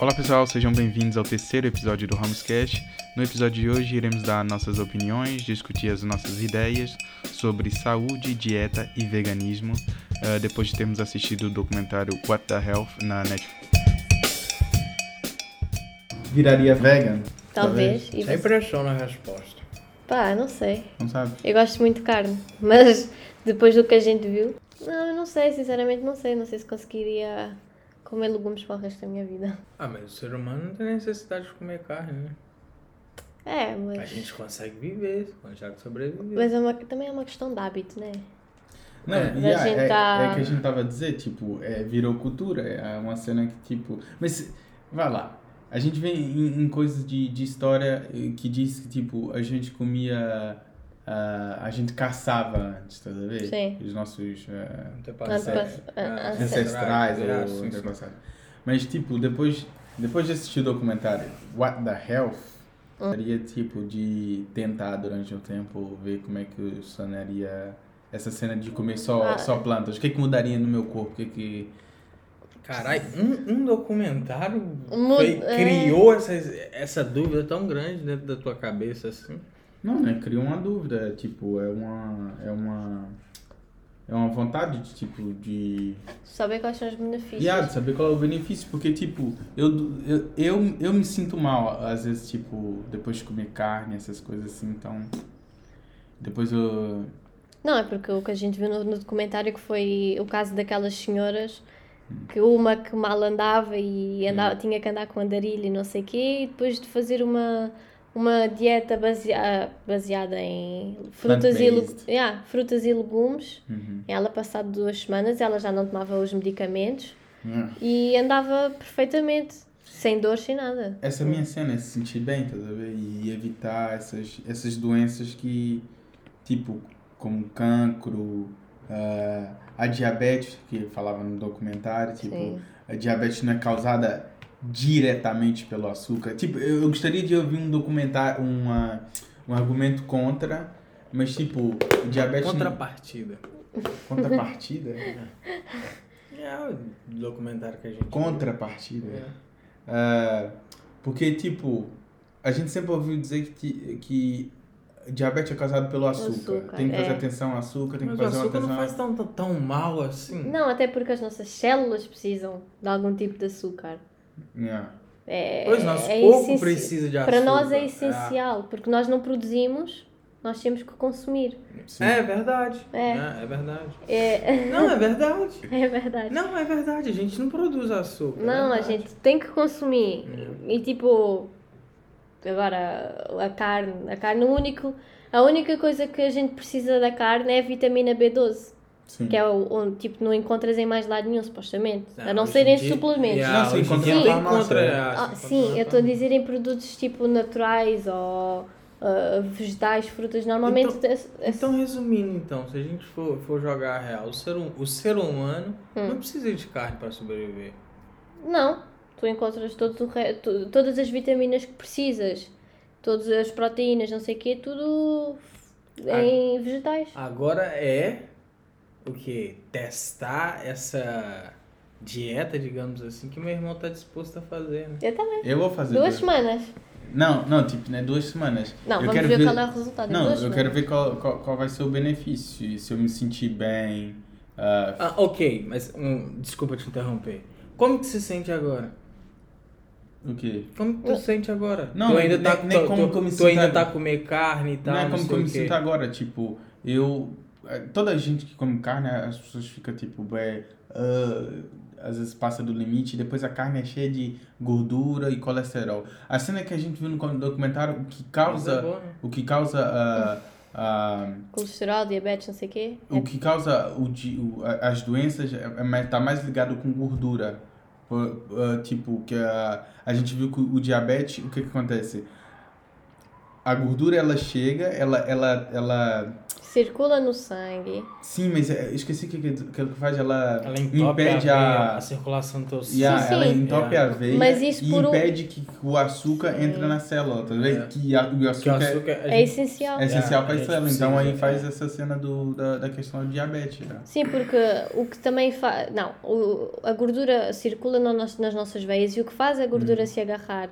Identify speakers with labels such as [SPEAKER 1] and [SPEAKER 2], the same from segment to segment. [SPEAKER 1] Olá pessoal, sejam bem-vindos ao terceiro episódio do Ramoscast. No episódio de hoje iremos dar nossas opiniões, discutir as nossas ideias sobre saúde, dieta e veganismo, eh, depois de termos assistido o documentário What the Health na Netflix.
[SPEAKER 2] Viraria vegan?
[SPEAKER 3] Tá
[SPEAKER 4] Talvez. E você-
[SPEAKER 3] Sempre achou é na resposta.
[SPEAKER 4] Pá, não sei.
[SPEAKER 2] Não sabe?
[SPEAKER 4] Eu gosto muito de carne, mas depois do que a gente viu, não, eu não sei, sinceramente não sei. Não sei se conseguiria comer legumes para o resto da minha vida.
[SPEAKER 3] Ah, mas o ser humano não tem necessidade de comer carne, né?
[SPEAKER 4] É,
[SPEAKER 3] A
[SPEAKER 4] mas.
[SPEAKER 3] gente consegue viver, consegue sobreviver.
[SPEAKER 4] Mas é uma- também é uma questão de hábito, né?
[SPEAKER 2] Não,
[SPEAKER 3] É.
[SPEAKER 2] e
[SPEAKER 4] Mas
[SPEAKER 2] a-
[SPEAKER 4] a gente
[SPEAKER 2] é,
[SPEAKER 4] tá-
[SPEAKER 2] é que a gente tava a dizer, tipo, é, virou cultura, é uma cena que, tipo... Mas, se- vai lá, a gente vem em, em coisas de, de história eh, que diz que, tipo, a gente comia... ah, a gente caçava antes, tá a ver?
[SPEAKER 4] Sim.
[SPEAKER 2] Os nossos... ah,
[SPEAKER 4] Antepass-
[SPEAKER 3] Antepassado.
[SPEAKER 4] ah,
[SPEAKER 3] Ah,
[SPEAKER 2] ancestrais
[SPEAKER 3] ancestrais, é,
[SPEAKER 2] ou
[SPEAKER 3] sim, sim.
[SPEAKER 2] antepassados. Mas, tipo, depois, depois de assistir o documentário What the Health, seria, tipo, de tentar durante um tempo ver como é que sonaria essa cena de comer só,
[SPEAKER 4] Ah.
[SPEAKER 2] só plantas. O que, que mudaria no meu corpo? O que é que...
[SPEAKER 3] Caralho, um, um documentário
[SPEAKER 4] Mu-
[SPEAKER 3] foi-
[SPEAKER 4] é.
[SPEAKER 3] criou essa, essa dúvida tão grande dentro da tua cabeça, assim.
[SPEAKER 2] Não, né? Cria uma dúvida. Tipo, é uma... É uma... É uma vontade de, tipo, de
[SPEAKER 4] Saber quais são os benefícios.
[SPEAKER 2] Viado, saber qual é o benefício, porque, tipo, eu, eu, eu, eu me sinto mal, às vezes, tipo, depois de comer carne, essas coisas assim, então. Depois eu.
[SPEAKER 4] Não, é porque o que a gente viu no, no documentário que foi o caso daquelas senhoras que uma que mal andava e andava, tinha que andar com andarilho e não sei o quê, e depois de fazer uma, uma dieta basea- baseada em frutas e, legu-
[SPEAKER 2] Plant-based.
[SPEAKER 4] yeah, frutas e legumes,
[SPEAKER 2] Uhum.
[SPEAKER 4] ela passado duas semanas ela já não tomava os medicamentos
[SPEAKER 2] Yeah.
[SPEAKER 4] e andava perfeitamente, sem dor, sem nada.
[SPEAKER 2] Essa minha cena é se sentir bem, tá vendo? E evitar essas, essas doenças que, tipo, como cancro, ah, a diabetes, que falava no documentário, tipo,
[SPEAKER 4] Sim.
[SPEAKER 2] a diabetes não é causada diretamente pelo açúcar. Tipo, eu eu gostaria de ouvir um documentário, uma, um argumento contra, mas tipo, o diabetes.
[SPEAKER 3] Contrapartida.
[SPEAKER 2] Contrapartida?
[SPEAKER 3] É o documentário que a gente.
[SPEAKER 2] Contrapartida.
[SPEAKER 3] É.
[SPEAKER 2] Ah, porque, tipo, a gente sempre ouviu dizer que, ti- que diabetes é causado pelo açúcar.
[SPEAKER 4] açúcar,
[SPEAKER 2] Tem que fazer
[SPEAKER 4] é.
[SPEAKER 2] atenção ao açúcar, tem que
[SPEAKER 3] Mas o
[SPEAKER 2] fazer uma
[SPEAKER 3] açúcar
[SPEAKER 2] atenção.
[SPEAKER 3] não faz tão, tão, tão mal assim.
[SPEAKER 4] Não, até porque as nossas células precisam de algum tipo de açúcar.
[SPEAKER 2] Yeah.
[SPEAKER 4] É,
[SPEAKER 3] Pois nosso
[SPEAKER 4] é
[SPEAKER 3] corpo
[SPEAKER 4] essenci-
[SPEAKER 3] precisa de açúcar. Ah,
[SPEAKER 4] Para nós é essencial, porque nós não produzimos, nós temos que consumir.
[SPEAKER 2] Sim.
[SPEAKER 3] É, é verdade.
[SPEAKER 4] É.
[SPEAKER 3] é verdade.
[SPEAKER 4] É,
[SPEAKER 3] Não, é verdade.
[SPEAKER 4] é verdade.
[SPEAKER 3] Não, é verdade, a gente não produz açúcar. é
[SPEAKER 4] Não, a
[SPEAKER 3] verdade. Hum.
[SPEAKER 4] gente tem que consumir. E tipo, agora a carne, a carne o único, a única coisa que a gente precisa da carne é a vitamina B12,
[SPEAKER 3] Hum.
[SPEAKER 2] Sim.
[SPEAKER 4] que é o, onde tipo não encontras em mais lado nenhum supostamente, a não
[SPEAKER 3] hoje
[SPEAKER 4] ser
[SPEAKER 3] em
[SPEAKER 4] em
[SPEAKER 3] dia-
[SPEAKER 4] suplementos.
[SPEAKER 3] Yeah,
[SPEAKER 2] Não, se
[SPEAKER 3] hoje em
[SPEAKER 2] encontrar
[SPEAKER 3] dia
[SPEAKER 2] na farmácia,
[SPEAKER 3] encontra,
[SPEAKER 2] né?
[SPEAKER 3] yeah, se
[SPEAKER 4] Ah,
[SPEAKER 3] encontra
[SPEAKER 4] sim,
[SPEAKER 3] na
[SPEAKER 4] eu estou a
[SPEAKER 3] farmácia.
[SPEAKER 4] dizer em produtos tipo naturais ou ah, vegetais, frutas, normalmente
[SPEAKER 3] Então-
[SPEAKER 4] é- é-
[SPEAKER 3] Então, resumindo, então, se a gente for, for jogar a real, o ser, hum- o ser humano
[SPEAKER 4] Hum.
[SPEAKER 3] não precisa de carne para sobreviver.
[SPEAKER 4] Não, tu encontras todo o re- tu- todas as vitaminas que precisas, todas as proteínas, não sei o quê, tudo
[SPEAKER 2] Ah.
[SPEAKER 4] em vegetais.
[SPEAKER 3] Agora é o que? Testar essa dieta, digamos assim, que meu irmão tá disposto a fazer, né?
[SPEAKER 4] Eu também.
[SPEAKER 2] Eu vou fazer. dois.
[SPEAKER 4] Duas semanas.
[SPEAKER 2] Não, não, tipo, né? Duas semanas.
[SPEAKER 4] Não,
[SPEAKER 2] eu
[SPEAKER 4] vamos
[SPEAKER 2] quero
[SPEAKER 4] ver qual é o resultado em
[SPEAKER 2] Não,
[SPEAKER 4] duas
[SPEAKER 2] eu quero
[SPEAKER 4] semanas.
[SPEAKER 2] ver qual, qual, qual vai ser o benefício. e Se eu me sentir bem. ah,
[SPEAKER 3] Ah, ok, mas hum, desculpa te interromper. Como que se sente agora?
[SPEAKER 2] o quê?
[SPEAKER 3] Como que tu sente agora?
[SPEAKER 2] Não,
[SPEAKER 3] tu
[SPEAKER 2] nem-
[SPEAKER 3] ainda tá,
[SPEAKER 2] nem- nem
[SPEAKER 3] tu-
[SPEAKER 2] como
[SPEAKER 3] tu-
[SPEAKER 2] que eu me
[SPEAKER 3] tu
[SPEAKER 2] sinto
[SPEAKER 3] ainda
[SPEAKER 2] agora.
[SPEAKER 3] tá a comer carne e tal,
[SPEAKER 2] não é como que
[SPEAKER 3] Tá, sei
[SPEAKER 2] eu
[SPEAKER 3] o
[SPEAKER 2] me
[SPEAKER 3] quê.
[SPEAKER 2] sinto agora. Tipo, eu. eh, Toda gente que come carne, as pessoas ficam tipo, bem. às vezes passa do limite. e Depois a carne é cheia de gordura e colesterol. A cena que a gente viu no documentário, o que
[SPEAKER 3] Mas é
[SPEAKER 2] causa.
[SPEAKER 3] bom, né?
[SPEAKER 2] O que causa. ah, ah,
[SPEAKER 4] Colesterol, diabetes, não sei o quê.
[SPEAKER 2] O que causa o, di- o, a- as doenças é- é mais- tá mais ligado com gordura. Pô, ah, tipo, que a, a gente viu que o diabetes, o que que acontece? a gordura ela chega, ela, ela, ela.
[SPEAKER 4] Circula no sangue.
[SPEAKER 2] Sim, mas é, eu esqueci o que, que, que ela faz. Ela,
[SPEAKER 3] Ela entope
[SPEAKER 2] impede
[SPEAKER 3] a,
[SPEAKER 2] a.
[SPEAKER 3] veia, a circulação É. do teu sangue.
[SPEAKER 2] Yeah,
[SPEAKER 4] Sim,
[SPEAKER 2] ela
[SPEAKER 4] sim.
[SPEAKER 2] entope a veia
[SPEAKER 4] Mas isso
[SPEAKER 2] e
[SPEAKER 4] por um-
[SPEAKER 2] impede que o açúcar
[SPEAKER 4] Sim.
[SPEAKER 2] entre na célula, tá vendo?
[SPEAKER 3] É.
[SPEAKER 2] Que a- o
[SPEAKER 3] Que o
[SPEAKER 2] açúcar,
[SPEAKER 3] açúcar. a
[SPEAKER 4] É
[SPEAKER 3] gente-
[SPEAKER 4] essencial.
[SPEAKER 2] é essencial
[SPEAKER 3] É,
[SPEAKER 2] para
[SPEAKER 3] a
[SPEAKER 2] a
[SPEAKER 3] gente
[SPEAKER 2] célula, então
[SPEAKER 3] precisa,
[SPEAKER 2] aí faz
[SPEAKER 3] é.
[SPEAKER 2] essa cena do, da, da questão do diabetes. Né?
[SPEAKER 4] Sim, porque o que também faz. Não, o- a gordura circula no nos- nas nossas veias e o que faz a
[SPEAKER 2] Uhum.
[SPEAKER 4] gordura se agarrar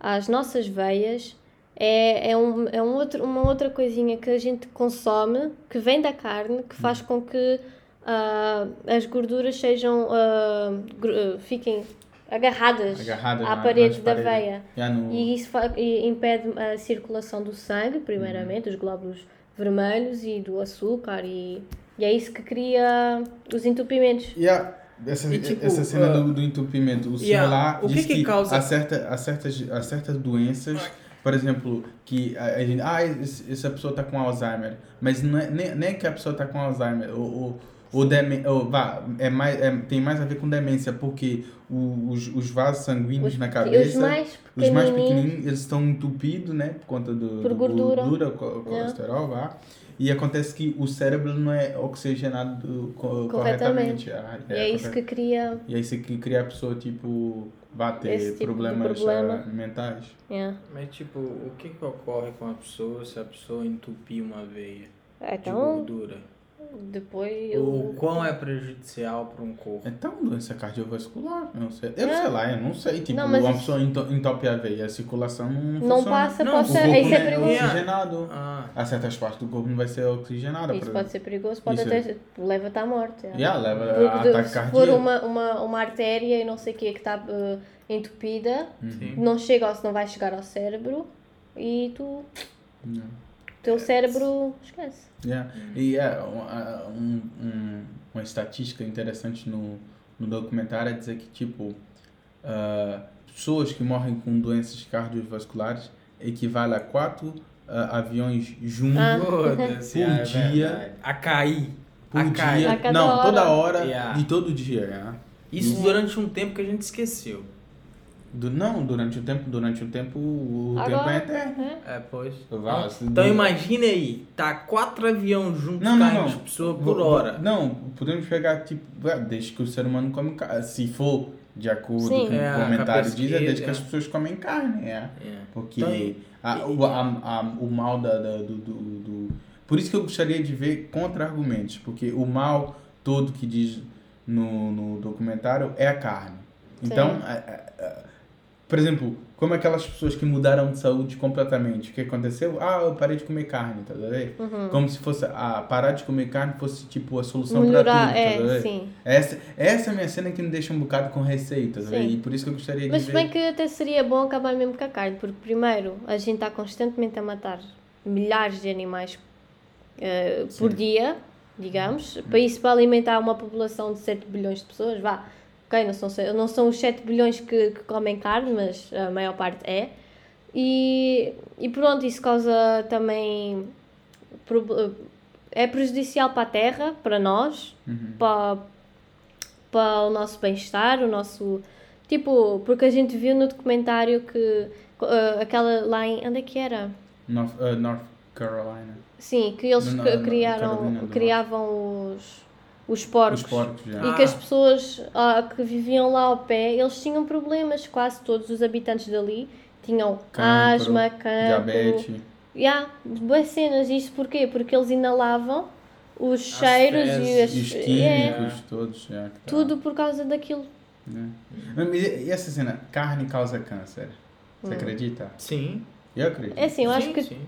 [SPEAKER 4] às nossas veias é, é, um, é um outro, uma outra coisinha que a gente consome, que vem da carne,
[SPEAKER 2] Uhum.
[SPEAKER 4] que faz com que ah, as gorduras sejam. ah, gru- ah, fiquem agarradas,
[SPEAKER 2] Agarrada
[SPEAKER 4] à
[SPEAKER 2] na-
[SPEAKER 4] parede
[SPEAKER 2] nas
[SPEAKER 4] da
[SPEAKER 2] paredes.
[SPEAKER 4] veia.
[SPEAKER 2] Yeah, no...
[SPEAKER 4] E isso fa- e impede a circulação do sangue, primeiramente, os glóbulos vermelhos e do açúcar, e, e é isso que cria os entupimentos.
[SPEAKER 2] Yeah. Essa,
[SPEAKER 3] E, tipo,
[SPEAKER 2] essa cena
[SPEAKER 3] ah,
[SPEAKER 2] do, do entupimento, o senhor
[SPEAKER 3] yeah,
[SPEAKER 2] lá
[SPEAKER 3] o que
[SPEAKER 2] diz
[SPEAKER 3] que causa-
[SPEAKER 2] há, certa, há, certas, há certas doenças, por exemplo, que a, a gente, ah, esse- essa pessoa tá com Alzheimer, mas não é, nem, nem que a pessoa tá com Alzheimer, ou, ou, ou, deme, ou vá, é mais, é, tem mais a ver com demência, porque o- os, os vasos sanguíneos
[SPEAKER 4] Os,
[SPEAKER 2] na
[SPEAKER 4] os
[SPEAKER 2] cabeça,
[SPEAKER 4] mais
[SPEAKER 2] os mais
[SPEAKER 4] pequenininhos.
[SPEAKER 2] pequenininhos, eles estão entupidos, né, por conta do,
[SPEAKER 4] Por
[SPEAKER 2] do
[SPEAKER 4] gordura. É.
[SPEAKER 2] gordura, co- colesterol, vá. E acontece que o cérebro não é oxigenado co- corretamente.
[SPEAKER 4] Corretamente.
[SPEAKER 2] Ah,
[SPEAKER 4] E é isso que cria.
[SPEAKER 2] e aí você que cria a pessoa, tipo, bater
[SPEAKER 4] Esse tipo de
[SPEAKER 2] problemas
[SPEAKER 4] problema.
[SPEAKER 2] ah, mentais.
[SPEAKER 4] é.
[SPEAKER 3] Mas tipo, o que, que ocorre com a pessoa se a pessoa entupir uma veia de
[SPEAKER 4] Então,
[SPEAKER 3] gordura?
[SPEAKER 2] Tipo,
[SPEAKER 4] depois.
[SPEAKER 3] O
[SPEAKER 4] O...
[SPEAKER 3] quão é prejudicial para um corpo?
[SPEAKER 2] É tão doença cardiovascular, eu não sei. Eu
[SPEAKER 4] É.
[SPEAKER 2] sei lá, eu não sei. Tipo,
[SPEAKER 4] Não, mas
[SPEAKER 2] uma
[SPEAKER 4] isso-
[SPEAKER 2] pessoa into- entope a veia, a circulação não,
[SPEAKER 4] Não
[SPEAKER 2] funciona.
[SPEAKER 4] passa,
[SPEAKER 3] Não,
[SPEAKER 4] pode
[SPEAKER 2] O
[SPEAKER 4] ser.
[SPEAKER 2] corpo
[SPEAKER 4] Isso é
[SPEAKER 2] não
[SPEAKER 4] perigoso.
[SPEAKER 2] é oxigenado.
[SPEAKER 3] Ah,
[SPEAKER 2] A certas partes do corpo não vai ser oxigenada.
[SPEAKER 4] Isso pode ser perigoso, pode
[SPEAKER 2] Isso
[SPEAKER 4] até. leva-te à morte. é.
[SPEAKER 2] Yeah, ah, leva a
[SPEAKER 4] Porque de-
[SPEAKER 2] ataque
[SPEAKER 4] se
[SPEAKER 2] cardíaco.
[SPEAKER 4] for uma, uma, uma artéria e não sei o que que está eh, entupida,
[SPEAKER 2] Uhum.
[SPEAKER 3] sim.
[SPEAKER 4] não chega ao, não vai chegar ao cérebro e tu
[SPEAKER 2] Não.
[SPEAKER 4] teu cérebro esquece.
[SPEAKER 2] Yeah.
[SPEAKER 4] Uhum.
[SPEAKER 2] E é um, a- um- um- uma estatística interessante no, no documentário é dizer que, tipo, ah, pessoas que morrem com doenças cardiovasculares equivale a quatro ah, aviões juntos
[SPEAKER 4] Ah, Uhum.
[SPEAKER 3] Foda-se,
[SPEAKER 2] Por
[SPEAKER 3] é
[SPEAKER 2] dia-
[SPEAKER 3] verdade. a cair.
[SPEAKER 2] por
[SPEAKER 3] a cair.
[SPEAKER 2] dia.
[SPEAKER 4] A cada
[SPEAKER 2] Não,
[SPEAKER 4] hora.
[SPEAKER 2] toda hora
[SPEAKER 3] Yeah.
[SPEAKER 2] e todo dia. né?
[SPEAKER 3] Isso durante um tempo que a gente esqueceu.
[SPEAKER 2] Du- não, durante o tempo, durante o tempo, o tempo é
[SPEAKER 4] Agora,
[SPEAKER 2] eterno.
[SPEAKER 4] é.
[SPEAKER 3] É, pois.
[SPEAKER 2] Vá, se-
[SPEAKER 3] Então imagine aí, tá quatro aviões juntos
[SPEAKER 2] Não, não,
[SPEAKER 3] caindo
[SPEAKER 2] não.
[SPEAKER 3] de pessoa
[SPEAKER 2] Vou-
[SPEAKER 3] por
[SPEAKER 2] vou-
[SPEAKER 3] hora.
[SPEAKER 2] Não, podemos pegar, tipo, ah, desde que o ser humano come carne. Se for de acordo
[SPEAKER 4] Sim.
[SPEAKER 2] com
[SPEAKER 3] É,
[SPEAKER 2] o
[SPEAKER 3] com a
[SPEAKER 2] comentário, diz, é desde
[SPEAKER 3] pesquisa.
[SPEAKER 2] que as pessoas comem carne, é.
[SPEAKER 3] É.
[SPEAKER 2] Porque
[SPEAKER 3] Então, e-
[SPEAKER 2] a- o, a- a- o mal da, da- do, do, do- Por isso que eu gostaria de ver contra-argumentos, porque o mal todo que diz no, no documentário é a carne. Então, a- a- a- por exemplo, como aquelas pessoas que mudaram de saúde completamente, o que aconteceu? Ah, eu parei de comer carne, tá vendo?
[SPEAKER 4] Hum. Uhum.
[SPEAKER 2] Como se fosse. Ah, parar de comer carne fosse tipo a solução para tudo,
[SPEAKER 4] Melhorar,
[SPEAKER 2] tá
[SPEAKER 4] é,
[SPEAKER 2] vendo?
[SPEAKER 4] sim.
[SPEAKER 2] Essa, essa é a minha cena que me deixa um bocado com receio, tá vendo?
[SPEAKER 4] Sim.
[SPEAKER 2] E por isso que eu gostaria
[SPEAKER 4] Mas é
[SPEAKER 2] de
[SPEAKER 4] se
[SPEAKER 2] ver.
[SPEAKER 4] bem que até seria bom acabar mesmo com a carne, porque primeiro a gente está constantemente a matar milhares de animais eh, por dia, digamos, para isso para alimentar uma população de 7 bilhões de pessoas, vá. Ok, não são, se- não são os 7 bilhões que, que comem carne, mas a maior parte é. E, e pronto, isso causa também. prob- É prejudicial para a terra, para nós,
[SPEAKER 2] uhum,
[SPEAKER 4] para, para o nosso bem-estar, o nosso. Tipo, porque a gente viu no documentário que eh, aquela lá em. Onde é que era?
[SPEAKER 2] North, ah, North Carolina.
[SPEAKER 4] Sim, que eles
[SPEAKER 2] No- no-
[SPEAKER 4] cri-
[SPEAKER 2] no- Carolina do
[SPEAKER 4] criaram,
[SPEAKER 2] Norte.
[SPEAKER 4] criavam os, os porcos.
[SPEAKER 2] Os porcos, já.
[SPEAKER 4] E que as
[SPEAKER 3] Ah.
[SPEAKER 4] pessoas ah, que viviam lá ao pé, eles tinham problemas, quase todos os habitantes dali tinham
[SPEAKER 2] Cancro,
[SPEAKER 4] asma, cancro,
[SPEAKER 2] diabetes.
[SPEAKER 4] Yeah, boas cenas, isto porquê? Porque eles inalavam os
[SPEAKER 3] As
[SPEAKER 4] cheiros e as
[SPEAKER 3] fezes
[SPEAKER 2] E os
[SPEAKER 4] é,
[SPEAKER 2] químicos, todos. já, que tá.
[SPEAKER 4] tudo por causa daquilo.
[SPEAKER 2] Né? Mas E e essa cena, carne causa câncer.
[SPEAKER 4] Hum.
[SPEAKER 2] Você acredita?
[SPEAKER 3] Sim.
[SPEAKER 2] Eu acredito.
[SPEAKER 4] É assim, eu acho
[SPEAKER 3] Sim,
[SPEAKER 4] que
[SPEAKER 3] sim.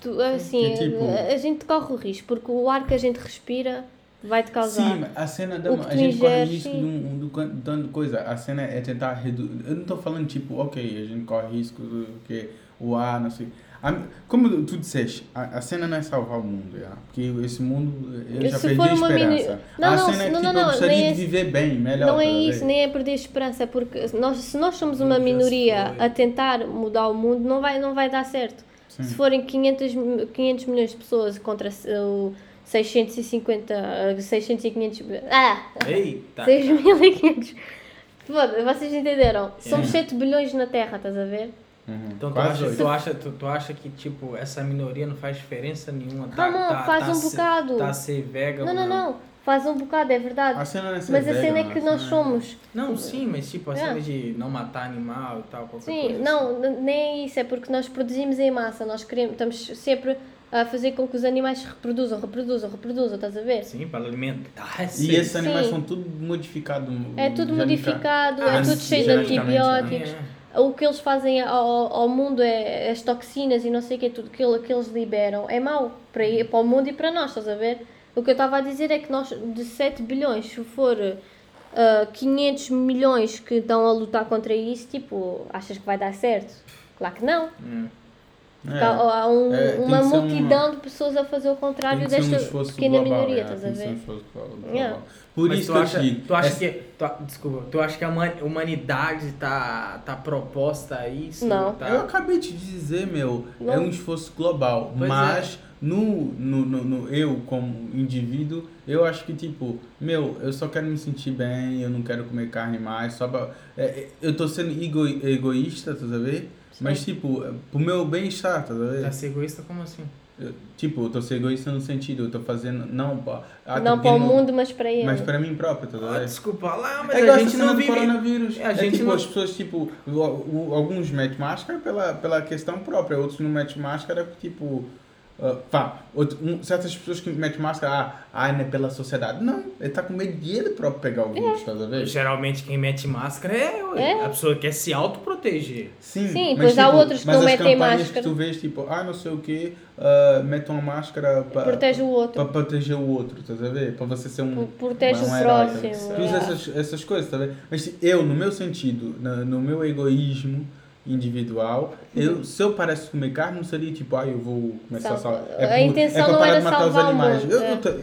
[SPEAKER 4] tu- assim,
[SPEAKER 2] Que tipo-
[SPEAKER 4] a, a gente corre o risco, porque o ar que a gente respira vai te causar.
[SPEAKER 2] Sim, mas a cena dá
[SPEAKER 4] O
[SPEAKER 2] uma,
[SPEAKER 4] que
[SPEAKER 2] a
[SPEAKER 4] tu
[SPEAKER 2] gente corre
[SPEAKER 4] ingere,
[SPEAKER 2] risco
[SPEAKER 4] sim.
[SPEAKER 2] de um, do, dando coisa. A cena é tentar reduzir. Eu não tô falando tipo, ok, a gente corre risco do que o ar, não sei. A- como tu disseste, a, a cena não é salvar o mundo, já, porque esse mundo eu
[SPEAKER 4] Se
[SPEAKER 2] já perdi
[SPEAKER 4] for
[SPEAKER 2] a
[SPEAKER 4] uma mini-
[SPEAKER 2] esperança.
[SPEAKER 4] Não,
[SPEAKER 2] a
[SPEAKER 4] não,
[SPEAKER 2] cena é
[SPEAKER 4] se-
[SPEAKER 2] que tipo,
[SPEAKER 4] não, não,
[SPEAKER 2] eu
[SPEAKER 4] não,
[SPEAKER 2] gostaria de
[SPEAKER 4] nem é-
[SPEAKER 2] viver bem, melhor.
[SPEAKER 4] Não é
[SPEAKER 2] tá ligado?
[SPEAKER 4] isso, nem é perder esperança, porque se nós, se nós somos uma
[SPEAKER 3] Já se
[SPEAKER 4] minoria
[SPEAKER 3] foi.
[SPEAKER 4] a tentar mudar o mundo, não vai, não vai dar certo. Se forem 500, mi- 500 milhões de pessoas contra se- o 650, eh, 600 e 500... mil- Ah!
[SPEAKER 3] Eita.
[SPEAKER 4] 6.500. Foda, vocês entenderam. Somos 7 bilhões na Terra, estás a ver?
[SPEAKER 2] Uhum.
[SPEAKER 3] Então tu
[SPEAKER 2] Quase
[SPEAKER 3] acha,
[SPEAKER 2] oito.
[SPEAKER 3] tu, acha, tu, tu acha que, tipo, essa minoria não faz diferença nenhuma? Tá,
[SPEAKER 4] Ah, não,
[SPEAKER 3] tá,
[SPEAKER 4] faz
[SPEAKER 3] tá
[SPEAKER 4] um
[SPEAKER 3] se-
[SPEAKER 4] bocado.
[SPEAKER 3] Tá ser vega
[SPEAKER 4] Não,
[SPEAKER 3] ou
[SPEAKER 4] não, não. Faz um bocado, é verdade.
[SPEAKER 2] A cena não é ser
[SPEAKER 4] Mas a
[SPEAKER 2] vegana,
[SPEAKER 4] cena é que nós
[SPEAKER 2] né?
[SPEAKER 4] somos.
[SPEAKER 3] Não, sim, mas tipo, a
[SPEAKER 4] É.
[SPEAKER 3] cena de não matar animal e tal, qualquer
[SPEAKER 4] Sim,
[SPEAKER 3] coisa.
[SPEAKER 4] não, n- nem é isso, é porque nós produzimos em massa, nós queremos, estamos sempre a fazer com que os animais se reproduzam, reproduzam, reproduzam, estás a ver?
[SPEAKER 3] assim. Sim, para alimentar. é
[SPEAKER 2] é- E esses animais
[SPEAKER 4] Sim.
[SPEAKER 2] são tudo modificados.
[SPEAKER 4] É tudo
[SPEAKER 2] geneticamente.
[SPEAKER 4] modificado,
[SPEAKER 2] Ah,
[SPEAKER 4] é tudo cheio de
[SPEAKER 2] genericamente, né?
[SPEAKER 4] antibióticos.
[SPEAKER 3] é.
[SPEAKER 4] O que eles fazem ao, ao mundo é as toxinas e não sei o que, é tudo aquilo que eles liberam é mau para, i- para o mundo e para nós, estás a ver? O que eu estava a dizer é que nós, de 7 bilhões, se for ah, 500 milhões que estão a lutar contra isso, tipo, achas que vai dar certo? Claro que não.
[SPEAKER 3] Hum.
[SPEAKER 2] É.
[SPEAKER 4] Há- Há um-
[SPEAKER 2] É, tem
[SPEAKER 4] uma
[SPEAKER 2] que ser uma-
[SPEAKER 4] multidão de pessoas a fazer o contrário
[SPEAKER 2] Tem que ser um
[SPEAKER 4] desta
[SPEAKER 2] esforço
[SPEAKER 4] pequena
[SPEAKER 2] global,
[SPEAKER 4] minoria, tá É.
[SPEAKER 2] é,
[SPEAKER 4] estás a
[SPEAKER 2] tem que ser um
[SPEAKER 4] ver?
[SPEAKER 2] esforço global.
[SPEAKER 4] Yeah.
[SPEAKER 2] Por
[SPEAKER 3] Mas
[SPEAKER 2] isso
[SPEAKER 3] tu
[SPEAKER 2] que
[SPEAKER 3] acha,
[SPEAKER 2] eu digo, é assim,
[SPEAKER 3] tu acha
[SPEAKER 2] essa-
[SPEAKER 3] que. é- tu- desculpa, tu acha que a huma- humanidade tá, tá proposta a isso?
[SPEAKER 4] Não.
[SPEAKER 3] Tá,
[SPEAKER 2] Eu acabei de dizer, meu, é
[SPEAKER 4] Não.
[SPEAKER 2] um esforço global.
[SPEAKER 3] Pois é.
[SPEAKER 2] mas no, no, no, no- eu, como indivíduo, eu acho que, tipo, meu, eu só quero me sentir bem, eu não quero comer carne mais, só pra, é, é, Eu tô sendo ego, egoísta, tá sabendo? Mas, tipo, é, pro meu bem-estar, tá sabendo?
[SPEAKER 3] tá ser egoísta como assim?
[SPEAKER 2] Eu- Tipo, eu tô sendo egoísta no sentido, eu tô fazendo não pra... ah,
[SPEAKER 4] não
[SPEAKER 2] porque
[SPEAKER 4] para o mundo, mas para ele.
[SPEAKER 2] Mas pra mim próprio, tá
[SPEAKER 3] Ah,
[SPEAKER 2] sabendo?
[SPEAKER 3] desculpa lá, mas
[SPEAKER 2] É igual
[SPEAKER 3] a
[SPEAKER 2] essa
[SPEAKER 3] gente
[SPEAKER 2] cena
[SPEAKER 3] não
[SPEAKER 2] do
[SPEAKER 3] vive.
[SPEAKER 2] coronavírus.
[SPEAKER 3] É, a
[SPEAKER 2] É,
[SPEAKER 3] gente
[SPEAKER 2] tipo,
[SPEAKER 3] não-
[SPEAKER 2] as pessoas, tipo, o- o- alguns metem máscara pela, pela questão própria, outros não metem máscara, tipo. ah, pá, outro- um- certas pessoas que metem máscara, ah, ah, não é pela sociedade. Não, ele tá com medo de ele próprio pegar o vírus, tá vendo?
[SPEAKER 3] Geralmente quem mete máscara é, eu-
[SPEAKER 4] É.
[SPEAKER 3] a pessoa que quer se autoproteger.
[SPEAKER 2] Sim,
[SPEAKER 4] Sim, pois há outros que
[SPEAKER 2] mas
[SPEAKER 4] não
[SPEAKER 2] as
[SPEAKER 4] metem
[SPEAKER 2] campanhas
[SPEAKER 4] máscara.
[SPEAKER 2] que tu vês, tipo, ah, não sei o quê, ah, metam a máscara pra,
[SPEAKER 4] Protege o outro.
[SPEAKER 2] pra proteger o outro, tá vendo? Pra você ser um.
[SPEAKER 4] Pro- protege
[SPEAKER 2] um
[SPEAKER 4] o
[SPEAKER 2] herói, tá
[SPEAKER 4] próximo,
[SPEAKER 2] vendo? Tu usa
[SPEAKER 4] é.
[SPEAKER 2] essas, essas coisas, tá vendo? Mas se eu, no meu sentido, na- no meu egoísmo individual,
[SPEAKER 4] Uhum.
[SPEAKER 2] eu, se eu parasse de comer carne, não seria tipo, ah, eu vou começar
[SPEAKER 4] Salva-
[SPEAKER 2] a salvar. É
[SPEAKER 4] a intenção não era salvar o mundo,
[SPEAKER 2] Eu,
[SPEAKER 4] é.
[SPEAKER 2] eu, ta-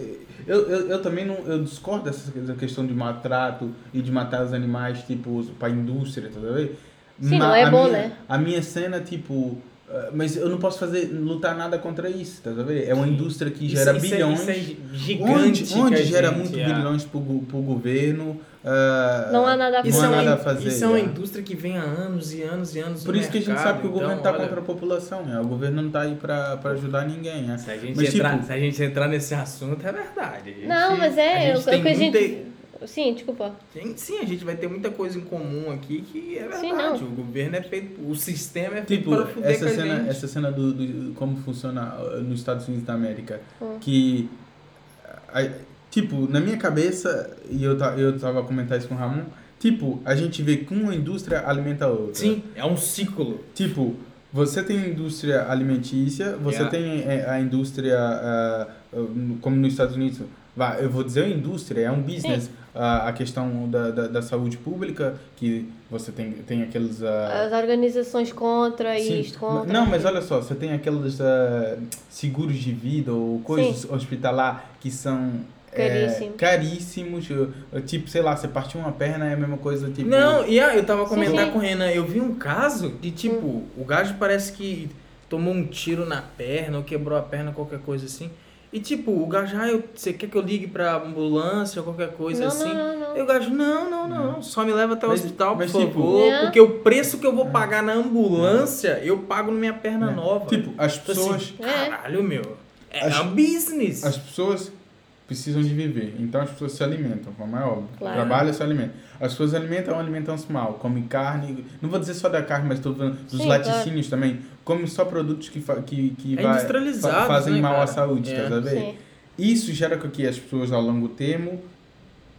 [SPEAKER 2] eu, eu, eu também não eu discordo dessa dessa questão de maltrato e de matar os animais, tipo, pra indústria, tá vendo?
[SPEAKER 4] Sim,
[SPEAKER 2] Ma-
[SPEAKER 4] não é
[SPEAKER 2] a
[SPEAKER 4] bom,
[SPEAKER 2] minha-
[SPEAKER 4] né?
[SPEAKER 2] A minha cena, tipo. ah, Mas eu não posso fazer, lutar nada contra isso, tá vendo? É uma indústria que gera
[SPEAKER 3] Isso- isso é-
[SPEAKER 2] bilhões.
[SPEAKER 3] isso é gigante.
[SPEAKER 2] Onde, onde
[SPEAKER 3] que a
[SPEAKER 2] gera
[SPEAKER 3] gente,
[SPEAKER 2] muito
[SPEAKER 3] é.
[SPEAKER 2] bilhões pro, go- pro governo. ah,
[SPEAKER 4] Não há nada a
[SPEAKER 2] Não
[SPEAKER 3] Isso,
[SPEAKER 2] há
[SPEAKER 3] é uma,
[SPEAKER 2] nada a
[SPEAKER 3] in-
[SPEAKER 2] fazer.
[SPEAKER 3] isso é uma
[SPEAKER 2] é.
[SPEAKER 3] indústria que vem há anos e anos e anos.
[SPEAKER 2] Por
[SPEAKER 3] no
[SPEAKER 2] isso que a gente
[SPEAKER 3] mercado,
[SPEAKER 2] sabe que o governo
[SPEAKER 3] então,
[SPEAKER 2] tá
[SPEAKER 3] olha,
[SPEAKER 2] contra a população, né? O governo não tá aí pra, pra ajudar ninguém, né?
[SPEAKER 3] Se a, gente
[SPEAKER 2] Mas,
[SPEAKER 3] entrar,
[SPEAKER 2] tipo-
[SPEAKER 3] se a gente entrar nesse assunto, é verdade. A gente-
[SPEAKER 4] Não, mas é,
[SPEAKER 3] a
[SPEAKER 4] o
[SPEAKER 3] gente
[SPEAKER 4] o
[SPEAKER 3] tem
[SPEAKER 4] que a
[SPEAKER 3] muita-
[SPEAKER 4] gente. Sim, desculpa.
[SPEAKER 3] tem- Sim, a gente vai ter muita coisa em comum aqui que é
[SPEAKER 4] Sim,
[SPEAKER 3] verdade. o governo é feito. O sistema é feito
[SPEAKER 2] Tipo,
[SPEAKER 3] para fuder
[SPEAKER 2] essa
[SPEAKER 3] com a
[SPEAKER 2] cena,
[SPEAKER 3] gente.
[SPEAKER 2] essa cena do, do- como funciona ah, nos Estados Unidos da América,
[SPEAKER 4] Hum.
[SPEAKER 2] que ah, tipo, na minha cabeça, e eu ta- eu tava a comentar isso com o Ramon, tipo, a gente vê que uma indústria alimenta a outra.
[SPEAKER 3] Sim, é um ciclo.
[SPEAKER 2] Tipo, você tem a indústria alimentícia, você
[SPEAKER 3] Yeah.
[SPEAKER 2] tem eh, a indústria, ah, ah, como nos Estados Unidos, vá, eu vou dizer a indústria, é um business. Ah, a questão da, da, da saúde pública, que você tem, tem aqueles... ah,
[SPEAKER 4] As organizações contra
[SPEAKER 2] sim,
[SPEAKER 4] isto, contra.
[SPEAKER 2] Não, mas olha só, você tem aqueles ah, seguros de vida ou coisas hospitalar que são... eh,
[SPEAKER 4] Caríssimo.
[SPEAKER 2] caríssimos, eh, tipo, sei lá, você partiu uma perna é a mesma coisa, tipo...
[SPEAKER 3] Não, e ah, eu tava
[SPEAKER 4] Sim,
[SPEAKER 3] comentando
[SPEAKER 4] sim.
[SPEAKER 3] com o Renan, eu vi um caso de tipo, o gajo parece que tomou um tiro na perna ou quebrou a perna, qualquer coisa assim. E tipo, o gajo, ah, eu- você quer que eu ligue pra ambulância ou qualquer coisa
[SPEAKER 4] não,
[SPEAKER 3] assim?
[SPEAKER 4] não, não,
[SPEAKER 3] E
[SPEAKER 4] não.
[SPEAKER 3] o gajo, não, não, não, só me leva até o
[SPEAKER 2] Mas-
[SPEAKER 3] hospital,
[SPEAKER 2] mas,
[SPEAKER 3] por
[SPEAKER 2] tipo-
[SPEAKER 3] favor,
[SPEAKER 4] É.
[SPEAKER 3] porque o preço que eu vou pagar na ambulância, eu pago na minha perna
[SPEAKER 2] É.
[SPEAKER 3] nova.
[SPEAKER 2] Tipo, as
[SPEAKER 3] Tipo assim,
[SPEAKER 2] pessoas...
[SPEAKER 4] É.
[SPEAKER 3] caralho, meu, é
[SPEAKER 2] As-
[SPEAKER 3] um business.
[SPEAKER 2] As pessoas precisam de viver, então as pessoas se alimentam, como é óbvio.
[SPEAKER 4] Claro.
[SPEAKER 2] Trabalham e se alimentam. As pessoas alimentam, alimentam-se mal, comem carne, não vou dizer só da carne, mas estou falando dos
[SPEAKER 4] Sim,
[SPEAKER 2] laticínios também. Comem só produtos que, fa- que, que
[SPEAKER 3] É
[SPEAKER 2] vai-
[SPEAKER 3] industrializados,
[SPEAKER 2] fa- fazem
[SPEAKER 3] né,
[SPEAKER 2] mal à
[SPEAKER 3] cara?
[SPEAKER 2] saúde,
[SPEAKER 3] É.
[SPEAKER 2] tá sabendo?
[SPEAKER 4] Sim,
[SPEAKER 2] Isso gera com que as pessoas ao longo termo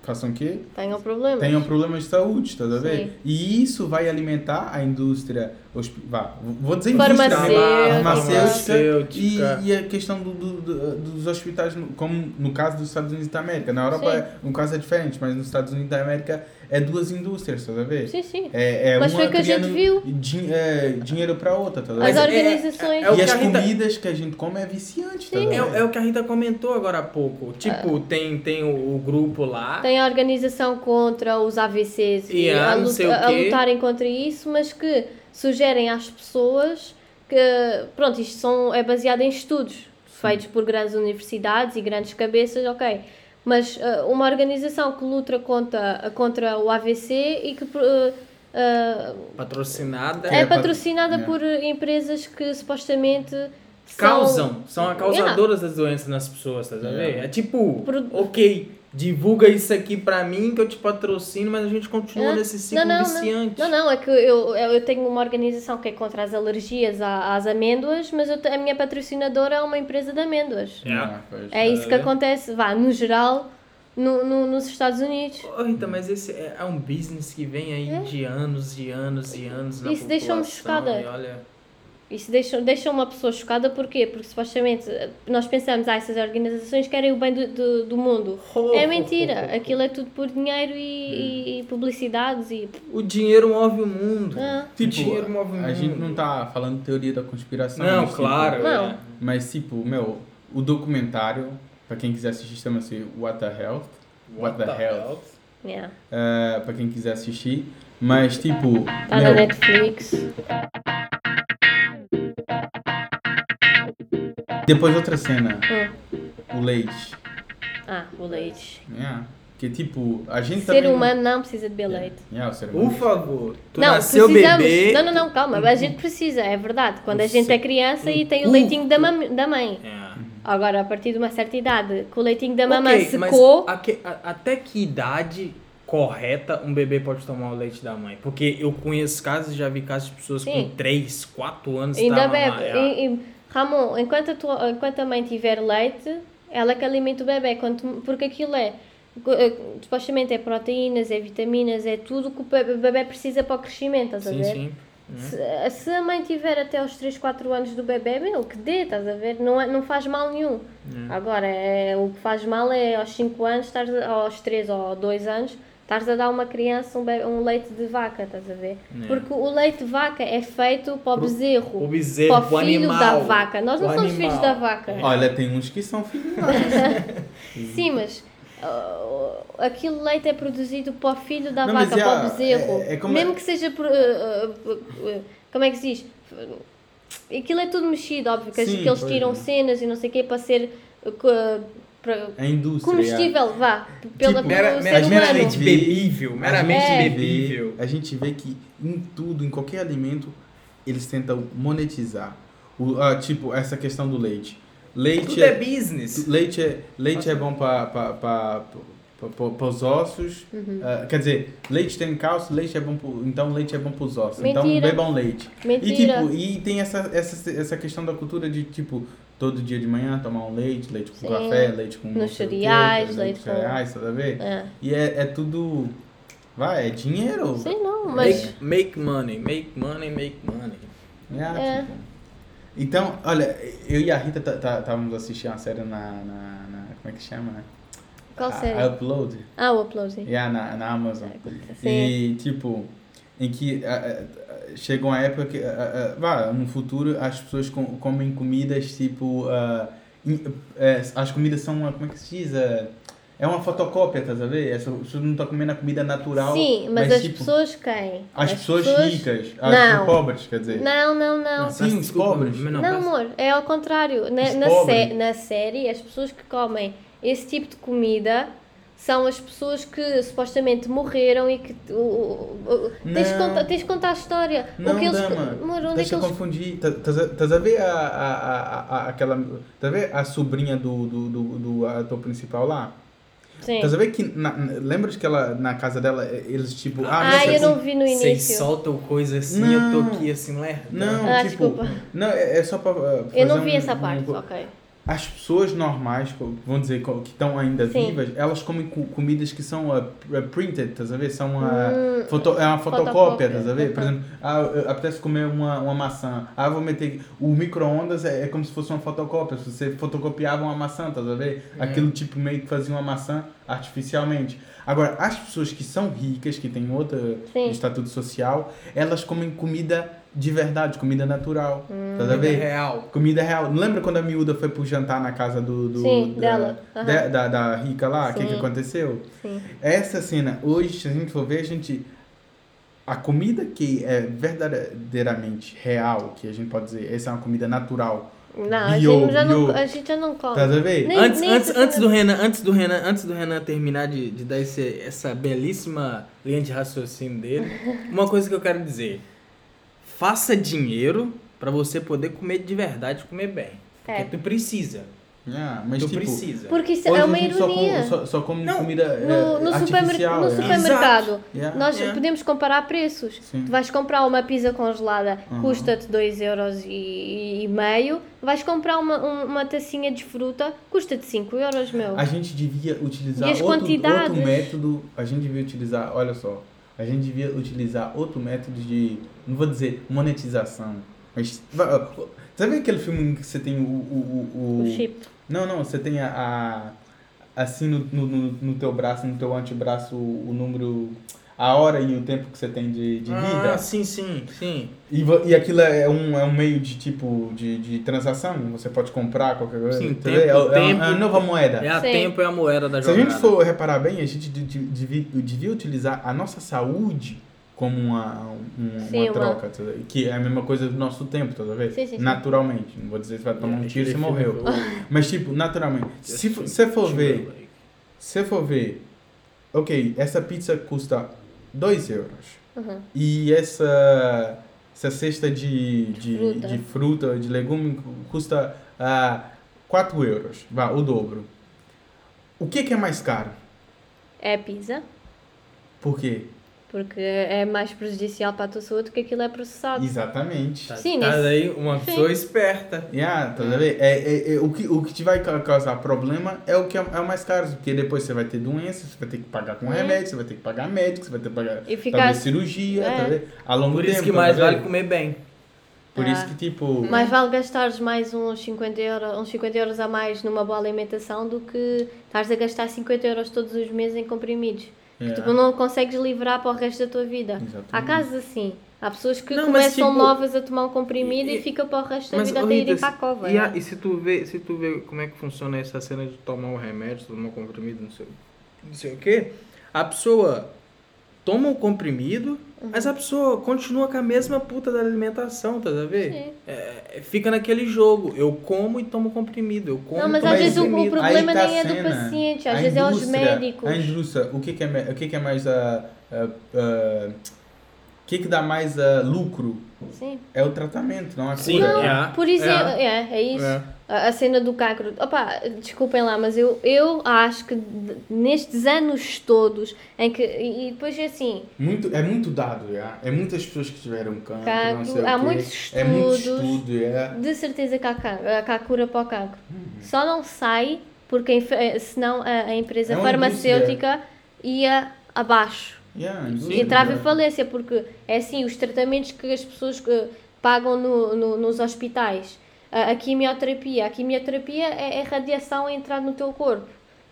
[SPEAKER 2] façam o quê?
[SPEAKER 4] tenham problemas.
[SPEAKER 2] Tenham problemas de saúde, tá
[SPEAKER 4] Sim.
[SPEAKER 2] sabendo? E isso vai alimentar a indústria, hospi- vá, vou dizer indústria, né?
[SPEAKER 4] Farmacêutica.
[SPEAKER 2] farmacêutica e,
[SPEAKER 3] farmacêutica.
[SPEAKER 2] e a questão do- do- do- dos hospitais, no- como no caso dos Estados Unidos da América. Na Europa,
[SPEAKER 4] Sim.
[SPEAKER 2] é, um caso é diferente, mas nos Estados Unidos da América é duas indústrias, tá vendo?
[SPEAKER 4] Sim, sim.
[SPEAKER 2] É, é
[SPEAKER 4] Mas
[SPEAKER 2] uma
[SPEAKER 4] foi o que a gente
[SPEAKER 2] criando
[SPEAKER 4] viu.
[SPEAKER 2] din- é, dinheiro pra outra, tá
[SPEAKER 4] As
[SPEAKER 2] vendo?
[SPEAKER 3] Mas é-
[SPEAKER 4] organizações.
[SPEAKER 3] é o
[SPEAKER 2] e
[SPEAKER 3] que
[SPEAKER 2] as
[SPEAKER 3] a Rita-
[SPEAKER 2] comidas que a gente come é viciante, tá
[SPEAKER 3] É,
[SPEAKER 2] vendo?
[SPEAKER 3] é o que a Rita comentou agora há pouco. Tipo, tem, tem o, o grupo lá.
[SPEAKER 4] É. Tem a organização contra os AVCs
[SPEAKER 3] E
[SPEAKER 4] a,
[SPEAKER 3] há não
[SPEAKER 4] lut-
[SPEAKER 3] sei o
[SPEAKER 4] a
[SPEAKER 3] quê.
[SPEAKER 4] lutarem contra isso, mas que sugerem às pessoas que, pronto, isto são, é baseado em estudos feitos por grandes universidades e grandes cabeças, ok. eh, Mas ah, uma organização que luta contra, contra o AVC e que, pro- ah,
[SPEAKER 3] Patrocinada.
[SPEAKER 4] é
[SPEAKER 2] É, pat-
[SPEAKER 4] patrocinada
[SPEAKER 2] é.
[SPEAKER 4] por empresas que supostamente são-
[SPEAKER 3] Causam. São a
[SPEAKER 4] É.
[SPEAKER 3] causadoras das doenças nas pessoas, tá vendo?
[SPEAKER 2] É.
[SPEAKER 3] É tipo,
[SPEAKER 4] Pro-
[SPEAKER 3] ok, divulga isso aqui pra mim que eu te patrocino, mas a gente continua
[SPEAKER 4] É.
[SPEAKER 3] nesse ciclo
[SPEAKER 4] não, não.
[SPEAKER 3] viciante.
[SPEAKER 4] Não, não, é que eu, eu eu tenho uma organização que é contra as alergias à- às amêndoas, mas eu te- a minha patrocinadora é uma empresa de amêndoas.
[SPEAKER 3] É.
[SPEAKER 2] Ah, pois.
[SPEAKER 4] É isso que
[SPEAKER 3] É.
[SPEAKER 4] acontece, vá, no geral, no, no- nos Estados Unidos.
[SPEAKER 3] Ô, Rita, mas esse é, é um business que vem aí de anos e anos e anos na
[SPEAKER 4] É. Isso um deixou-me
[SPEAKER 3] população,
[SPEAKER 4] chocada.
[SPEAKER 3] e olha,
[SPEAKER 4] Isso deixa, deixa uma pessoa chocada, porquê? Porque supostamente eh, nós pensamos, ah, essas organizações querem o bem do, do, do mundo. É mentira, aquilo é tudo por dinheiro e, e publicidades e.
[SPEAKER 3] O dinheiro move o mundo.
[SPEAKER 4] Ah.
[SPEAKER 3] O
[SPEAKER 2] Tipo,
[SPEAKER 3] dinheiro move o mundo.
[SPEAKER 2] a gente não tá falando teoria da conspiração.
[SPEAKER 3] Não,
[SPEAKER 2] mas, tipo,
[SPEAKER 3] claro.
[SPEAKER 4] Não.
[SPEAKER 3] é.
[SPEAKER 2] Mas, tipo, meu, o documentário, pra quem quiser assistir, chama-se What the Health. What the Health.
[SPEAKER 4] Yeah.
[SPEAKER 2] É, pra quem quiser assistir. Mas, tipo,
[SPEAKER 4] Está Tá na
[SPEAKER 2] meu,
[SPEAKER 4] Netflix.
[SPEAKER 2] depois outra cena,
[SPEAKER 4] Hum.
[SPEAKER 2] o leite.
[SPEAKER 4] Ah, o leite.
[SPEAKER 2] Yeah. Que, tipo, a gente
[SPEAKER 4] Ser
[SPEAKER 2] também... não-
[SPEAKER 4] humano não precisa de beber leite.
[SPEAKER 2] Yeah, o ser humano.
[SPEAKER 3] Por favor, tu
[SPEAKER 4] não, um
[SPEAKER 3] nasceu
[SPEAKER 4] precisamos.
[SPEAKER 3] bebê.
[SPEAKER 4] Não, não, não, calma. A gente precisa, é verdade. Quando a gente é criança e tem o
[SPEAKER 3] cu.
[SPEAKER 4] leitinho da, mam- da mãe.
[SPEAKER 3] É.
[SPEAKER 4] Agora, a partir de uma certa idade, que o leitinho da
[SPEAKER 3] Ok,
[SPEAKER 4] mamãe
[SPEAKER 3] mas
[SPEAKER 4] secou.
[SPEAKER 3] a que- a- até que idade correta um bebê pode tomar o leite da mãe? Porque eu conheço casos, já vi casos de pessoas
[SPEAKER 4] Sim.
[SPEAKER 3] com 3, 4 anos
[SPEAKER 4] Ainda
[SPEAKER 3] tá
[SPEAKER 4] bebe.
[SPEAKER 3] mamar-
[SPEAKER 4] E- e- Ramon, enquanto a, tua- enquanto a mãe tiver leite, ela que alimenta o bebê. quanto- porque aquilo é. eh, Supostamente é proteínas, é vitaminas, é tudo que o be- bebê precisa para o crescimento, estás a
[SPEAKER 3] Sim,
[SPEAKER 4] ver?
[SPEAKER 3] sim.
[SPEAKER 4] Se, se a mãe tiver até aos 3, 4 anos do bebê, meu, que dê, estás a ver? Não, é- não faz mal nenhum.
[SPEAKER 3] Hum.
[SPEAKER 4] Agora, é, o que faz mal é aos 5 anos, estás a- aos 3 ou 2 anos, estás a dar a uma criança um, be- um leite de vaca, estás a ver?
[SPEAKER 3] É.
[SPEAKER 4] Porque o leite de vaca é feito para o bezerro.
[SPEAKER 3] O bezerro,
[SPEAKER 4] para o
[SPEAKER 3] o
[SPEAKER 4] filho
[SPEAKER 3] animal.
[SPEAKER 4] da vaca. Nós não
[SPEAKER 3] o
[SPEAKER 4] somos filhos da
[SPEAKER 3] animal. É.
[SPEAKER 4] vaca.
[SPEAKER 2] Olha, tem uns que são filhos.
[SPEAKER 4] Sim, mas ah, aquele leite é produzido para o filho da
[SPEAKER 2] Não, mas
[SPEAKER 4] vaca,
[SPEAKER 2] é
[SPEAKER 4] para
[SPEAKER 2] a-
[SPEAKER 4] o bezerro.
[SPEAKER 2] é- é como-
[SPEAKER 4] Mesmo que seja. por, ah, ah, ah, como é que se diz? Aquilo é tudo mexido, óbvio, que,
[SPEAKER 2] Sim,
[SPEAKER 4] que eles
[SPEAKER 2] pois
[SPEAKER 4] tiram
[SPEAKER 2] é.
[SPEAKER 4] cenas e não sei o quê para ser. ah, co- para-
[SPEAKER 2] A indústria.
[SPEAKER 4] comestível, vá. Pela,
[SPEAKER 2] Tipo,
[SPEAKER 3] Mera,
[SPEAKER 4] pelo tá
[SPEAKER 3] mera-
[SPEAKER 4] ser humano.
[SPEAKER 3] meramente bebível. Meramente
[SPEAKER 4] É.
[SPEAKER 3] bebível.
[SPEAKER 2] A gente vê que em tudo, em qualquer alimento, eles tentam monetizar. O, ah, tipo, essa questão do leite. Leite
[SPEAKER 3] Tudo é business.
[SPEAKER 2] Leite é, leite é bom para os ossos.
[SPEAKER 4] Uhum.
[SPEAKER 2] Ah, quer dizer, leite tem cálcio, leite é bom pro, então leite é bom para os ossos. Então
[SPEAKER 4] Mentira.
[SPEAKER 2] bebam leite.
[SPEAKER 4] Mentira.
[SPEAKER 2] E tipo, e tem essa, essa, essa questão da cultura de tipo todo dia de manhã tomar um leite, leite com
[SPEAKER 4] Sim.
[SPEAKER 2] café, leite com
[SPEAKER 4] Nos
[SPEAKER 2] não sei o quê,
[SPEAKER 4] cereais, leite
[SPEAKER 2] leite com
[SPEAKER 4] com-
[SPEAKER 2] cereais, sabe a ver?
[SPEAKER 4] É.
[SPEAKER 2] E é, é tudo vai, é dinheiro.
[SPEAKER 4] Sei não,
[SPEAKER 2] É
[SPEAKER 4] mas.
[SPEAKER 3] Make, make money, make money, make money.
[SPEAKER 2] Yeah,
[SPEAKER 4] É.
[SPEAKER 2] tipo. Então, olha, eu e a Rita tá- tá- estávamos assistindo uma série na, na, na- como é que chama, né?
[SPEAKER 4] Qual
[SPEAKER 2] A-
[SPEAKER 4] série?
[SPEAKER 2] A Upload.
[SPEAKER 4] Ah, o upload. sim. É,
[SPEAKER 2] Yeah, na, na Amazon.
[SPEAKER 4] Sim.
[SPEAKER 2] E, tipo, em que ah, ah, chega uma época que, ah, ah, vá, no futuro, as pessoas com- comem comidas, tipo, ah, in- eh, as comidas são, uma, como é que se diz? Ah, é uma fotocópia, estás a ver? É, As pessoas não estão comendo a comida natural.
[SPEAKER 4] Sim, mas, as
[SPEAKER 2] tipo,
[SPEAKER 4] pessoas quem?
[SPEAKER 2] As, pessoas, ricas, as
[SPEAKER 4] Não.
[SPEAKER 2] pobres, quer dizer.
[SPEAKER 4] Não, não, não.
[SPEAKER 2] Sim,
[SPEAKER 3] peço
[SPEAKER 2] os
[SPEAKER 3] desculpa,
[SPEAKER 2] pobres.
[SPEAKER 3] mas
[SPEAKER 4] Não,
[SPEAKER 3] peço-
[SPEAKER 4] amor, é ao contrário. Na,
[SPEAKER 2] Os
[SPEAKER 4] na,
[SPEAKER 2] pobres.
[SPEAKER 4] sé- na série, as pessoas que comem esse tipo de comida são as pessoas que supostamente morreram e que. o- o- o- tens, de
[SPEAKER 2] Não.
[SPEAKER 4] contar, tens de contar a história.
[SPEAKER 2] Não,
[SPEAKER 4] o que eles.
[SPEAKER 2] dama,
[SPEAKER 4] amor, onde é que
[SPEAKER 2] deixa Então, eu
[SPEAKER 4] eles.
[SPEAKER 2] confundir. Tá- Estás a- estás a ver a, a, a, a- aquela... Estás a ver a sobrinha do, do, do, do ator principal lá?
[SPEAKER 4] Sim.
[SPEAKER 2] Estás a ver Tá que. Na, na- lembras que ela, na casa dela, eh, eles tipo. Ah,
[SPEAKER 4] Ah,
[SPEAKER 2] mexe
[SPEAKER 4] eu
[SPEAKER 2] com-
[SPEAKER 4] não vi no
[SPEAKER 3] Vocês
[SPEAKER 4] início.
[SPEAKER 3] soltam coisa assim, eu
[SPEAKER 2] Não.
[SPEAKER 3] tô aqui assim, lerda.
[SPEAKER 2] Não,
[SPEAKER 4] Ah,
[SPEAKER 2] tipo.
[SPEAKER 4] desculpa.
[SPEAKER 2] Não, é, é só pra. eh,
[SPEAKER 4] Eu não
[SPEAKER 2] fazer
[SPEAKER 4] vi
[SPEAKER 2] um-
[SPEAKER 4] essa
[SPEAKER 2] um-
[SPEAKER 4] parte, ok.
[SPEAKER 2] As pessoas normais, co- vamos dizer, co- que estão ainda
[SPEAKER 4] Sim.
[SPEAKER 2] vivas, elas comem co- comidas que são ah, p- ah, printed, estás a ver? São uma,
[SPEAKER 4] Hum,
[SPEAKER 2] foto, é uma
[SPEAKER 4] fotocópia,
[SPEAKER 2] fotocópia, estás a ver? Por exemplo, ah, eu- apetece comer uma, uma maçã. Ah, vou meter. O micro-ondas é, é como se fosse uma fotocópia. Se Você fotocopiava uma maçã, estás a ver?
[SPEAKER 4] Hum.
[SPEAKER 2] Aquilo tipo meio que fazia uma maçã artificialmente. Agora, as pessoas que são ricas, que têm outro
[SPEAKER 4] Sim.
[SPEAKER 2] estatuto social, elas comem comida de verdade, comida natural.
[SPEAKER 4] Hum.
[SPEAKER 2] Estás a
[SPEAKER 3] Vida
[SPEAKER 2] ver?
[SPEAKER 3] real.
[SPEAKER 2] Comida real. Não lembra quando a miúda foi pro jantar na casa do. do
[SPEAKER 4] Sim,
[SPEAKER 2] da,
[SPEAKER 4] dela. Aham.
[SPEAKER 2] de- da, da rica lá? O que, que
[SPEAKER 4] Sim.
[SPEAKER 2] aconteceu?
[SPEAKER 4] Sim.
[SPEAKER 2] Essa cena, hoje, se a gente for ver, a gente. A comida que é verdadeiramente real, que a gente pode dizer, essa é uma comida natural,
[SPEAKER 4] Não, a,
[SPEAKER 2] Bio,
[SPEAKER 4] gente já não
[SPEAKER 2] bio.
[SPEAKER 4] a gente já não come.
[SPEAKER 2] Estás Tá a ver?
[SPEAKER 4] Nem-
[SPEAKER 3] Antes, antes,
[SPEAKER 4] precisa-
[SPEAKER 3] antes do Renan, antes do Renan, antes do Renan terminar de, de dar esse, essa belíssima linha de raciocínio dele, uma coisa que eu quero dizer. Faça dinheiro pra você poder comer de verdade, comer bem.
[SPEAKER 4] É.
[SPEAKER 3] Porque tu precisa.
[SPEAKER 2] Ah, mas
[SPEAKER 3] tu
[SPEAKER 2] tipo,
[SPEAKER 3] precisa.
[SPEAKER 4] Porque isso
[SPEAKER 2] hoje
[SPEAKER 4] é
[SPEAKER 2] a
[SPEAKER 4] uma
[SPEAKER 2] gente só come-
[SPEAKER 4] ironia.
[SPEAKER 2] Só, só, come
[SPEAKER 3] Não,
[SPEAKER 2] comida é,
[SPEAKER 4] No, no supermer-
[SPEAKER 2] artificial.
[SPEAKER 4] no
[SPEAKER 2] é.
[SPEAKER 4] supermercado,
[SPEAKER 2] Yeah.
[SPEAKER 4] nós
[SPEAKER 3] Yeah.
[SPEAKER 4] podemos comparar preços.
[SPEAKER 2] Sim.
[SPEAKER 4] Tu vais comprar uma pizza congelada,
[SPEAKER 2] Uhum.
[SPEAKER 4] custa-te 2,5 euros. E, e meio. Vais comprar uma, um- uma tacinha de fruta, custa-te 5 euros, meu.
[SPEAKER 2] A gente devia utilizar
[SPEAKER 4] E as
[SPEAKER 2] outro,
[SPEAKER 4] quantidades?
[SPEAKER 2] outro método. A gente devia utilizar, olha só, a gente devia utilizar outro método de, não vou dizer monetização, mas va- sabe aquele filme em que você tem o, o, o,
[SPEAKER 4] O chip.
[SPEAKER 2] Não, não, você tem a, a- assim no, no, no- no teu braço, no teu antebraço o, o número, a hora e o tempo que você tem de, de vida.
[SPEAKER 3] Ah, sim, sim, sim.
[SPEAKER 2] E, vo- e aquilo é um, é um meio de tipo de, de transação, você pode comprar qualquer coisa.
[SPEAKER 3] Sim,
[SPEAKER 2] entendeu?
[SPEAKER 3] tempo-
[SPEAKER 2] é, é uma- é uma
[SPEAKER 3] tempo-
[SPEAKER 2] nova moeda.
[SPEAKER 3] É a
[SPEAKER 4] Sim.
[SPEAKER 3] tempo e a moeda da
[SPEAKER 2] Se a
[SPEAKER 3] jogada.
[SPEAKER 2] gente for reparar bem, a gente de- de- devia, devia utilizar a nossa saúde como uma, um-
[SPEAKER 4] Sim,
[SPEAKER 2] uma
[SPEAKER 4] uma-
[SPEAKER 2] troca, tá ligado? que é a mesma coisa do nosso tempo, toda vez.
[SPEAKER 4] Sim, sim, sim.
[SPEAKER 2] Naturalmente. Não vou dizer que você vai tomar
[SPEAKER 3] É,
[SPEAKER 2] um tiro e você morreu.
[SPEAKER 3] Aquele
[SPEAKER 2] Mas, tipo, naturalmente. Se
[SPEAKER 3] filme-
[SPEAKER 2] for- se for ver,
[SPEAKER 3] Timberlake.
[SPEAKER 2] se for ver, ok, essa pizza custa 2 euros.
[SPEAKER 4] Uhum.
[SPEAKER 2] E essa, essa cesta de, de,
[SPEAKER 4] Fruta.
[SPEAKER 2] de fruta, de legume, cu- custa ah, 4 euros, vá, o dobro. O que, que é mais caro?
[SPEAKER 4] É pizza,
[SPEAKER 2] Por quê?
[SPEAKER 4] porque é mais prejudicial para a tua saúde que aquilo é processado.
[SPEAKER 2] Exatamente.
[SPEAKER 3] Tá,
[SPEAKER 4] Sim,
[SPEAKER 3] tá
[SPEAKER 4] nesse-
[SPEAKER 3] aí uma
[SPEAKER 4] Sim.
[SPEAKER 3] pessoa esperta.
[SPEAKER 2] Yeah, tá vendo? É, é, é, o, que, o que te vai ca- causar problema é o que é, é o mais caro, porque depois você vai ter doença, você vai ter que pagar com
[SPEAKER 4] É.
[SPEAKER 2] remédio, você vai ter que pagar médico, você vai ter que pagar
[SPEAKER 4] E ficar-
[SPEAKER 2] talvez cirurgia,
[SPEAKER 4] É.
[SPEAKER 2] tá vendo? A longo
[SPEAKER 3] Por
[SPEAKER 2] tempo.
[SPEAKER 3] isso né, que
[SPEAKER 2] tá
[SPEAKER 3] mais
[SPEAKER 2] vendo?
[SPEAKER 3] vale comer bem.
[SPEAKER 2] Por
[SPEAKER 4] Ah.
[SPEAKER 2] isso que tipo.
[SPEAKER 4] Mais vale gastares mais uns 50, euro, uns 50 euros a mais numa boa alimentação do que estás a gastar 50 euros todos os meses em comprimidos.
[SPEAKER 2] yeah.
[SPEAKER 4] Tu não consegues livrar para o resto da tua vida.
[SPEAKER 2] é, Exatamente.
[SPEAKER 4] Há casos assim. Há pessoas que
[SPEAKER 3] Não, mas,
[SPEAKER 4] começam
[SPEAKER 3] tipo,
[SPEAKER 4] novas a tomar um comprimido e,
[SPEAKER 3] e-
[SPEAKER 4] fica para o resto da
[SPEAKER 3] Mas,
[SPEAKER 4] vida
[SPEAKER 3] ô,
[SPEAKER 4] até
[SPEAKER 3] Rita,
[SPEAKER 4] irem para a cova.
[SPEAKER 3] E,
[SPEAKER 4] né?
[SPEAKER 3] a- e se, tu vê, se tu vê como é que funciona essa cena de tomar um remédio, tomar um comprimido, não sei, não sei o quê, a pessoa toma o comprimido,
[SPEAKER 4] Uhum.
[SPEAKER 3] mas a pessoa continua com a mesma puta da alimentação, tá a ver?
[SPEAKER 4] Sim.
[SPEAKER 3] É, fica naquele jogo, eu como e tomo comprimido, eu como
[SPEAKER 4] Não,
[SPEAKER 3] e
[SPEAKER 4] mas
[SPEAKER 3] tomo
[SPEAKER 4] às vezes o, o
[SPEAKER 3] comprimido.
[SPEAKER 4] problema
[SPEAKER 2] Aí tá
[SPEAKER 4] nem
[SPEAKER 2] a
[SPEAKER 4] é do
[SPEAKER 2] cena.
[SPEAKER 4] paciente, às
[SPEAKER 2] A
[SPEAKER 4] vezes é aos
[SPEAKER 2] indústria-
[SPEAKER 4] médicos.
[SPEAKER 2] A indústria, o que, que, é, me- o que, que é mais a. o que, que dá mais ah, lucro
[SPEAKER 4] Sim.
[SPEAKER 2] é o tratamento, não a cura.
[SPEAKER 3] Sim, é, a-
[SPEAKER 4] Por exemplo, é, é, isso.
[SPEAKER 3] É.
[SPEAKER 4] A, a cena do cancro. Opa, desculpem lá, mas eu, eu acho que de- nestes anos todos em que. E e depois é assim.
[SPEAKER 2] Muito, é muito dado, já. é muitas pessoas que tiveram cancro, não
[SPEAKER 4] Cancro,
[SPEAKER 2] sei
[SPEAKER 4] há
[SPEAKER 2] o quê.
[SPEAKER 4] muitos
[SPEAKER 2] É muito
[SPEAKER 4] estudos.
[SPEAKER 2] estudo, é. já.
[SPEAKER 4] De certeza que há, can- que há cura para o cancro. Só não sai porque a inf- eh, senão a, a empresa
[SPEAKER 2] É uma
[SPEAKER 4] farmacêutica ia abaixo.
[SPEAKER 2] Yeah, né?
[SPEAKER 4] E
[SPEAKER 2] indústria,
[SPEAKER 4] entrava em
[SPEAKER 2] já.
[SPEAKER 4] falência, porque é assim, os tratamentos que as pessoas que pagam no, no- nos hospitais, a, a quimioterapia, a quimioterapia é, é radiação a entrar no teu corpo.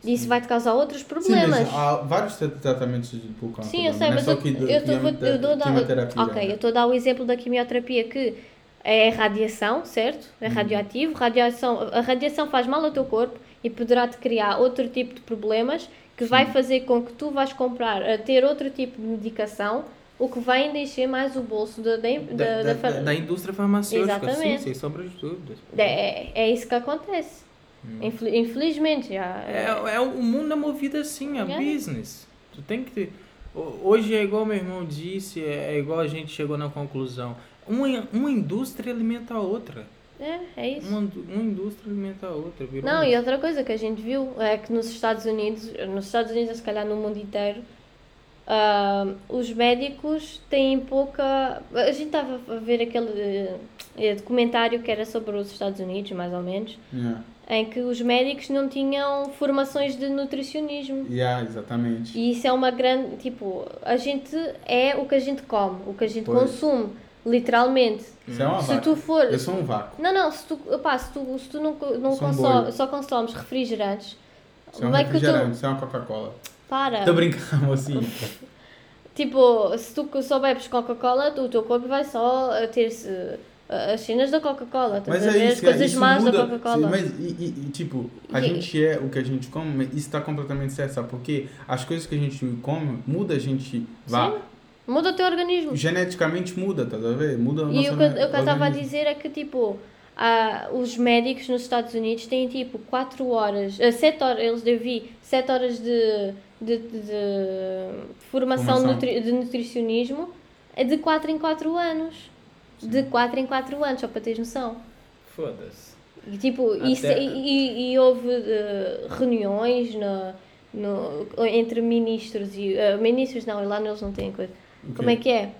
[SPEAKER 4] E isso vai-te causar outros
[SPEAKER 2] Sim, mas
[SPEAKER 4] problemas.
[SPEAKER 2] há vários tra- tratamentos de por câncer.
[SPEAKER 4] Sim, eu
[SPEAKER 2] né?
[SPEAKER 4] sei,
[SPEAKER 2] Não é
[SPEAKER 4] mas
[SPEAKER 2] só
[SPEAKER 4] eu,
[SPEAKER 2] que do-
[SPEAKER 4] eu, tô- vou-
[SPEAKER 2] quimioterapia,
[SPEAKER 4] eu dou dar.
[SPEAKER 2] quimioterapia,
[SPEAKER 4] Ok, eu
[SPEAKER 2] né?
[SPEAKER 4] estou a dar o exemplo da quimioterapia que é radiação, certo? É radioativo. Radiação, a radiação faz mal ao teu corpo e poderá te criar outro tipo de problemas que vai fazer com que tu vais comprar, a ter outro tipo de medicação, o que vai ainda encher mais o bolso da, da,
[SPEAKER 3] Da,
[SPEAKER 4] da,
[SPEAKER 3] da-
[SPEAKER 4] da fa-
[SPEAKER 3] da- da indústria farmacêutica,
[SPEAKER 4] Exatamente.
[SPEAKER 3] sim, sem sombra de dúvidas.
[SPEAKER 4] É, é isso que acontece.
[SPEAKER 2] Hum.
[SPEAKER 4] Infel- Infelizmente, já.
[SPEAKER 3] É, é, o mundo é movido assim, é
[SPEAKER 4] É.
[SPEAKER 3] business. Tu tem que ter. ho- Hoje é igual meu irmão disse, é é igual a gente chegou na conclusão. Uma, uma indústria alimenta a outra.
[SPEAKER 4] é, é isso.
[SPEAKER 3] Uma, indu- uma indústria alimenta a outra. Virou
[SPEAKER 4] Não,
[SPEAKER 3] um-
[SPEAKER 4] e outra coisa que a gente viu é que nos Estados Unidos, nos Estados Unidos, se calhar no mundo inteiro, ah, os médicos têm pouca. A gente estava a ver aquele eh, documentário que era sobre os Estados Unidos, mais ou menos,
[SPEAKER 2] Yeah,
[SPEAKER 4] em que os médicos não tinham formações de nutricionismo.
[SPEAKER 2] yeah, exatamente.
[SPEAKER 4] E isso é uma grande. Tipo, a gente é o que a gente come, o que a gente
[SPEAKER 2] Pois.
[SPEAKER 4] consome, literalmente.
[SPEAKER 2] Isso é uma
[SPEAKER 4] Se
[SPEAKER 2] vaca.
[SPEAKER 4] tu for.
[SPEAKER 2] Eu sou um vácuo.
[SPEAKER 4] Não, não, se tu, opá, se tu, se tu não, co- não
[SPEAKER 2] Sou um
[SPEAKER 4] consome-
[SPEAKER 2] boi.
[SPEAKER 4] só consomes refrigerantes,
[SPEAKER 2] Isso é um
[SPEAKER 4] como é que
[SPEAKER 2] refrigerante,
[SPEAKER 4] tu. Ah.
[SPEAKER 2] isso é uma Coca-Cola.
[SPEAKER 4] Para!
[SPEAKER 2] Tô brincando, assim.
[SPEAKER 4] Tipo, se tu só bebes Coca-Cola, tu- o teu corpo vai só eh, ter eh, as cenas da Coca-Cola, estás
[SPEAKER 2] Mas
[SPEAKER 4] a
[SPEAKER 2] é
[SPEAKER 4] ver?
[SPEAKER 2] isso,
[SPEAKER 4] as coisas
[SPEAKER 2] isso
[SPEAKER 4] más
[SPEAKER 2] muda.
[SPEAKER 4] da Coca-Cola.
[SPEAKER 2] Sim, Mas, e, e- e, tipo, a
[SPEAKER 4] E-
[SPEAKER 2] gente é o que a gente come, mas isso tá completamente certo, sabe? Porque as coisas que a gente come, muda a gente, vá,
[SPEAKER 4] Muda o teu organismo.
[SPEAKER 2] geneticamente muda, tá vendo? Muda a
[SPEAKER 4] E
[SPEAKER 2] nossa
[SPEAKER 4] o que eu- o que eu estava a
[SPEAKER 2] organismo.
[SPEAKER 4] dizer é que, tipo, ah, os médicos nos Estados Unidos têm tipo 4 horas, 7 horas, eles eu vi 7 horas de, de, de- de formação,
[SPEAKER 2] Formação.
[SPEAKER 4] nutri- de nutricionismo é de 4 em 4 anos. De 4 em 4 anos, só para teres noção.
[SPEAKER 3] Foda-se.
[SPEAKER 4] E, tipo, isso-
[SPEAKER 3] Até-
[SPEAKER 4] e, e- e houve eh, reuniões na- no, entre ministros e. eh, ministros não, lá eles não têm coisa.
[SPEAKER 2] O
[SPEAKER 4] Como é
[SPEAKER 2] quê?
[SPEAKER 4] que é?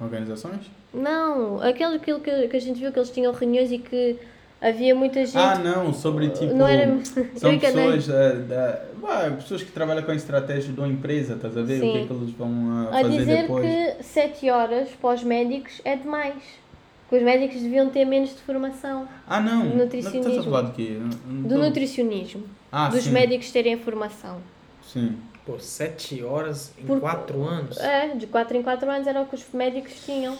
[SPEAKER 2] Organizações?
[SPEAKER 4] Não, aquilo, aquilo que, que a gente viu que eles tinham reuniões e que havia muita gente.
[SPEAKER 2] Ah, não, sobre tipo.
[SPEAKER 4] não era. né? eu
[SPEAKER 2] São
[SPEAKER 4] enganei.
[SPEAKER 2] pessoas, da, da, ué, pessoas que trabalham com a estratégia de uma empresa, estás a ver? O que é
[SPEAKER 4] Sim.
[SPEAKER 2] que eles vão ah,
[SPEAKER 4] A
[SPEAKER 2] fazer
[SPEAKER 4] dizer
[SPEAKER 2] depois?
[SPEAKER 4] que 7 horas para os médicos é demais. Que os médicos deviam ter menos de formação.
[SPEAKER 2] Ah, não. não
[SPEAKER 4] Nutricionismo.
[SPEAKER 2] Estás a falar do quê? Eu não
[SPEAKER 4] Do
[SPEAKER 2] tô-
[SPEAKER 4] nutricionismo.
[SPEAKER 2] Então- Ah,
[SPEAKER 4] dos
[SPEAKER 2] sim,
[SPEAKER 4] médicos terem formação.
[SPEAKER 2] Sim.
[SPEAKER 3] Pô, sete horas em
[SPEAKER 4] Por-
[SPEAKER 3] quatro anos?
[SPEAKER 4] É, de 4 em 4 anos era o que os médicos tinham.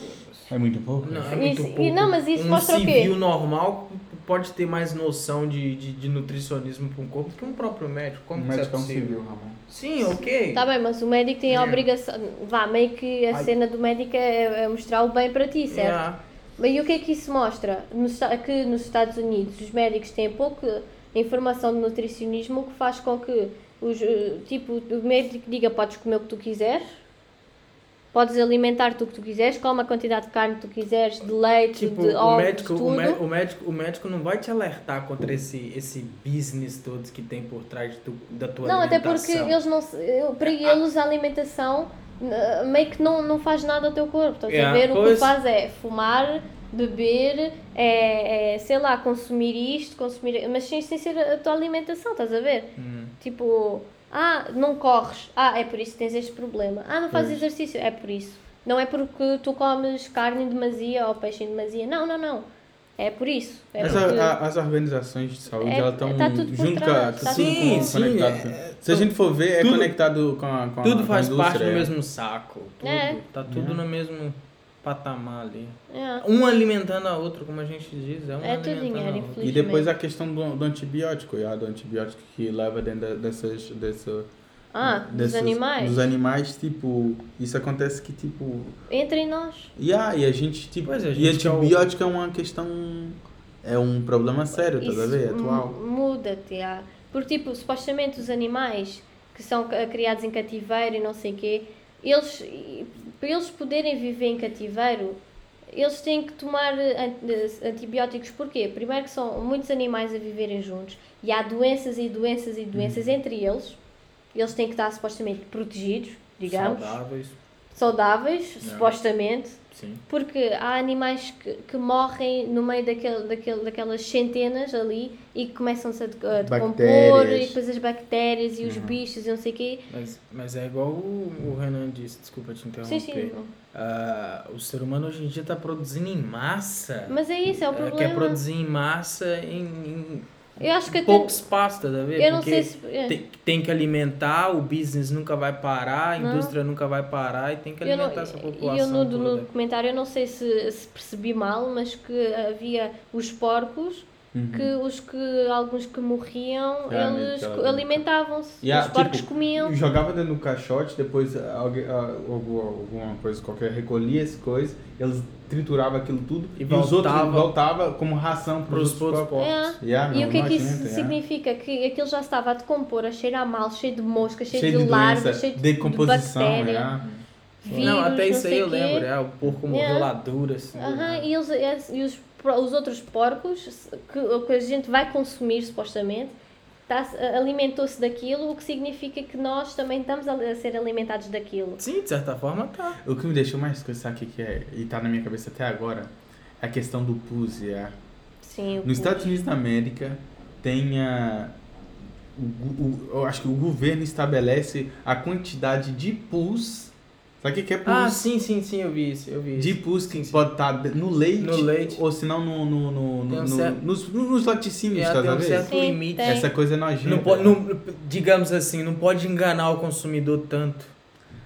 [SPEAKER 2] É muito pouco.
[SPEAKER 3] Não, é
[SPEAKER 4] Isso-
[SPEAKER 3] muito
[SPEAKER 4] e-
[SPEAKER 3] pouco.
[SPEAKER 4] não, mas isso
[SPEAKER 3] um
[SPEAKER 4] mostra o quê?
[SPEAKER 3] civil normal pode ter mais noção de, de, de nutricionismo para um corpo que um próprio médico. Como que
[SPEAKER 2] Mas
[SPEAKER 3] isso é
[SPEAKER 2] é um
[SPEAKER 3] possível?
[SPEAKER 2] civil, Ramon.
[SPEAKER 3] Sim, ok.
[SPEAKER 4] Tá bem, mas o médico
[SPEAKER 2] É.
[SPEAKER 4] tem a
[SPEAKER 3] Yeah.
[SPEAKER 4] obrigação. Vá, meio que a
[SPEAKER 3] Ai.
[SPEAKER 4] cena do médico é, é mostrar o bem para ti, certo?
[SPEAKER 3] Yeah.
[SPEAKER 4] Mas e o que é que isso mostra? Nos Esta- que nos Estados Unidos os médicos têm pouca informação de nutricionismo, o que faz com que os, eh, tipo, o médico diga podes comer o que tu quiseres, podes alimentar-te o que tu quiseres, come a quantidade de carne que tu quiseres, de leite,
[SPEAKER 3] Tipo,
[SPEAKER 4] de
[SPEAKER 3] o
[SPEAKER 4] ovos,
[SPEAKER 3] médico,
[SPEAKER 4] tudo.
[SPEAKER 3] o, mé- o médico, o médico não vai te alertar contra esse, esse business todo que tem por trás do, da tua
[SPEAKER 4] Não, até porque
[SPEAKER 3] alimentação.
[SPEAKER 4] eles não se- eu- para eles a alimentação eh, meio que não, não faz nada ao teu corpo. Estás a
[SPEAKER 3] Yeah,
[SPEAKER 4] ver? O que
[SPEAKER 3] pois.
[SPEAKER 4] faz é fumar, beber, é, é, sei lá, consumir isto, consumir. Mas sem, sem ser a tua alimentação, estás a ver? Tipo, ah, não corres, ah, é por isso que tens este problema. Ah, não fazes exercício, é por isso. Não é porque tu comes carne em demasia ou peixe em demasia. Não, não, não. É por isso. É
[SPEAKER 2] Mas ah,
[SPEAKER 4] porque-
[SPEAKER 2] a- a- as organizações de saúde,
[SPEAKER 4] É,
[SPEAKER 2] elas estão
[SPEAKER 4] tá tudo por
[SPEAKER 2] junto com a.
[SPEAKER 4] trás,
[SPEAKER 2] Tá
[SPEAKER 4] tá
[SPEAKER 2] tudo
[SPEAKER 3] tudo
[SPEAKER 2] com-
[SPEAKER 3] por- Sim,
[SPEAKER 2] conectado.
[SPEAKER 3] sim, é-
[SPEAKER 2] Se a gente for ver, é
[SPEAKER 3] Tudo-
[SPEAKER 2] conectado com a. Com a- com
[SPEAKER 3] Tudo
[SPEAKER 2] a
[SPEAKER 3] faz parte do
[SPEAKER 2] indústria. é. Né?
[SPEAKER 3] mesmo saco. Tudo.
[SPEAKER 4] É.
[SPEAKER 3] Tá tudo no mesmo patamar ali.
[SPEAKER 4] É.
[SPEAKER 3] Um alimentando a outra, como a gente diz. É, um
[SPEAKER 4] É tudo
[SPEAKER 3] alimentando
[SPEAKER 4] dinheiro,
[SPEAKER 3] a outra.
[SPEAKER 4] infelizmente.
[SPEAKER 2] E depois a questão do, do antibiótico, e a do antibiótico que leva dentro da- dessas, dessa,
[SPEAKER 4] Ah, dos
[SPEAKER 2] desses-
[SPEAKER 4] animais.
[SPEAKER 2] Dos animais, tipo, isso acontece que tipo,
[SPEAKER 4] Entre nós.
[SPEAKER 2] yeah, e a gente tipo,
[SPEAKER 3] Pois é, a
[SPEAKER 2] e
[SPEAKER 3] gente é o-
[SPEAKER 2] antibiótico é uma questão é um problema sério, estás a ver?
[SPEAKER 4] Isso um
[SPEAKER 2] Atual.
[SPEAKER 4] mu- Muda-te, há. Porque, tipo, supostamente os animais que são ca- criados em cativeiro e não sei o quê, eles, e- para eles poderem viver em cativeiro, eles têm que tomar eh, an- eh, antibióticos. Porquê? Primeiro que são muitos animais a viverem juntos e há doenças e doenças e doenças entre eles. Eles têm que estar supostamente protegidos, digamos,
[SPEAKER 3] Saudáveis,
[SPEAKER 4] saudáveis,
[SPEAKER 3] Yeah.
[SPEAKER 4] supostamente.
[SPEAKER 3] sim.
[SPEAKER 4] Porque há animais que, que morrem no meio daquele, daquele, daquelas centenas ali e que começam-se a de- a decompor
[SPEAKER 2] Bactérias. Uhum.
[SPEAKER 4] e depois as bactérias e os bichos e não sei o quê.
[SPEAKER 3] Mas, mas é igual o, o Renan disse, desculpa te interromper.
[SPEAKER 4] Sim, sim.
[SPEAKER 3] Ah, o ser humano hoje em dia tá produzindo em massa.
[SPEAKER 4] Mas é isso, é o
[SPEAKER 3] Ah,
[SPEAKER 4] problema.
[SPEAKER 3] Quer produzir em massa em,
[SPEAKER 4] Eu acho que
[SPEAKER 3] em
[SPEAKER 4] até.
[SPEAKER 3] pouco espaço, tá vendo?
[SPEAKER 4] Eu não
[SPEAKER 3] Porque
[SPEAKER 4] sei se. é.
[SPEAKER 3] Tem, tem que alimentar, o business nunca vai parar, a
[SPEAKER 4] Não.
[SPEAKER 3] indústria nunca vai parar e tem que
[SPEAKER 4] Eu não-
[SPEAKER 3] alimentar essa
[SPEAKER 4] E eu
[SPEAKER 3] população.
[SPEAKER 4] no, no
[SPEAKER 3] toda. né?
[SPEAKER 4] documentário, eu não sei se, se percebi mal, mas que havia os porcos,
[SPEAKER 2] Uhum.
[SPEAKER 4] que os que alguns que morriam,
[SPEAKER 2] Ah,
[SPEAKER 4] eles
[SPEAKER 2] então,
[SPEAKER 4] co- alimentavam-se.
[SPEAKER 2] Yeah,
[SPEAKER 4] os porcos
[SPEAKER 2] tipo,
[SPEAKER 4] comiam.
[SPEAKER 2] Jogava dentro do caixote, depois alguém, ah, alguma, alguma coisa qualquer recolhia as coisas, eles trituravam aquilo tudo
[SPEAKER 3] E
[SPEAKER 2] e, os outros
[SPEAKER 3] voltava-
[SPEAKER 2] voltava como ração para os
[SPEAKER 3] Pros outros
[SPEAKER 2] outros
[SPEAKER 3] povos.
[SPEAKER 4] É.
[SPEAKER 2] Yeah,
[SPEAKER 4] E
[SPEAKER 2] meu, tá?
[SPEAKER 4] o que é que isso
[SPEAKER 2] nojento, yeah.
[SPEAKER 4] significa? Que aquilo já estava a decompor, a cheirar mal, cheio de moscas, cheio,
[SPEAKER 2] Cheio
[SPEAKER 4] de,
[SPEAKER 2] de
[SPEAKER 4] larvas,
[SPEAKER 2] doença,
[SPEAKER 4] cheio de
[SPEAKER 2] decomposição, é.
[SPEAKER 4] de bactéria,
[SPEAKER 2] yeah.
[SPEAKER 4] É, vírus,
[SPEAKER 3] não, até isso aí
[SPEAKER 4] sei
[SPEAKER 3] eu
[SPEAKER 4] quê.
[SPEAKER 3] lembro, é, o porco morreu
[SPEAKER 4] Yeah.
[SPEAKER 3] lá duro, assim. do
[SPEAKER 4] Aham,
[SPEAKER 3] nada.
[SPEAKER 4] e, eles, es- e os, pro- os outros porcos que, que a gente vai consumir supostamente tá- alimentou-se daquilo, o que significa que nós também estamos a, a ser alimentados daquilo.
[SPEAKER 3] Sim, de certa forma tá.
[SPEAKER 2] O que me deixou mais cansar aqui, que é, e tá na minha cabeça até agora, é a questão do PUS. Yeah.
[SPEAKER 4] Sim, o
[SPEAKER 2] Nos Estados Unidos da América, tem a. o gu- o- eu acho que o governo estabelece a quantidade de PUS. Sabe o que que é PUS?
[SPEAKER 3] Ah, sim, sim, sim, eu vi isso, eu vi isso.
[SPEAKER 2] De PUS que pode estar no leite,
[SPEAKER 3] No leite.
[SPEAKER 2] ou se não no, no, no,
[SPEAKER 3] Tem um
[SPEAKER 2] no-
[SPEAKER 3] certo-
[SPEAKER 2] nos, nos laticínios,
[SPEAKER 3] É,
[SPEAKER 2] tá
[SPEAKER 3] tem um
[SPEAKER 2] vendo?
[SPEAKER 3] certo
[SPEAKER 4] Sim,
[SPEAKER 3] limite.
[SPEAKER 4] tem.
[SPEAKER 2] Essa coisa é nojenta.
[SPEAKER 3] Não pode, não, digamos assim, não pode enganar o consumidor tanto.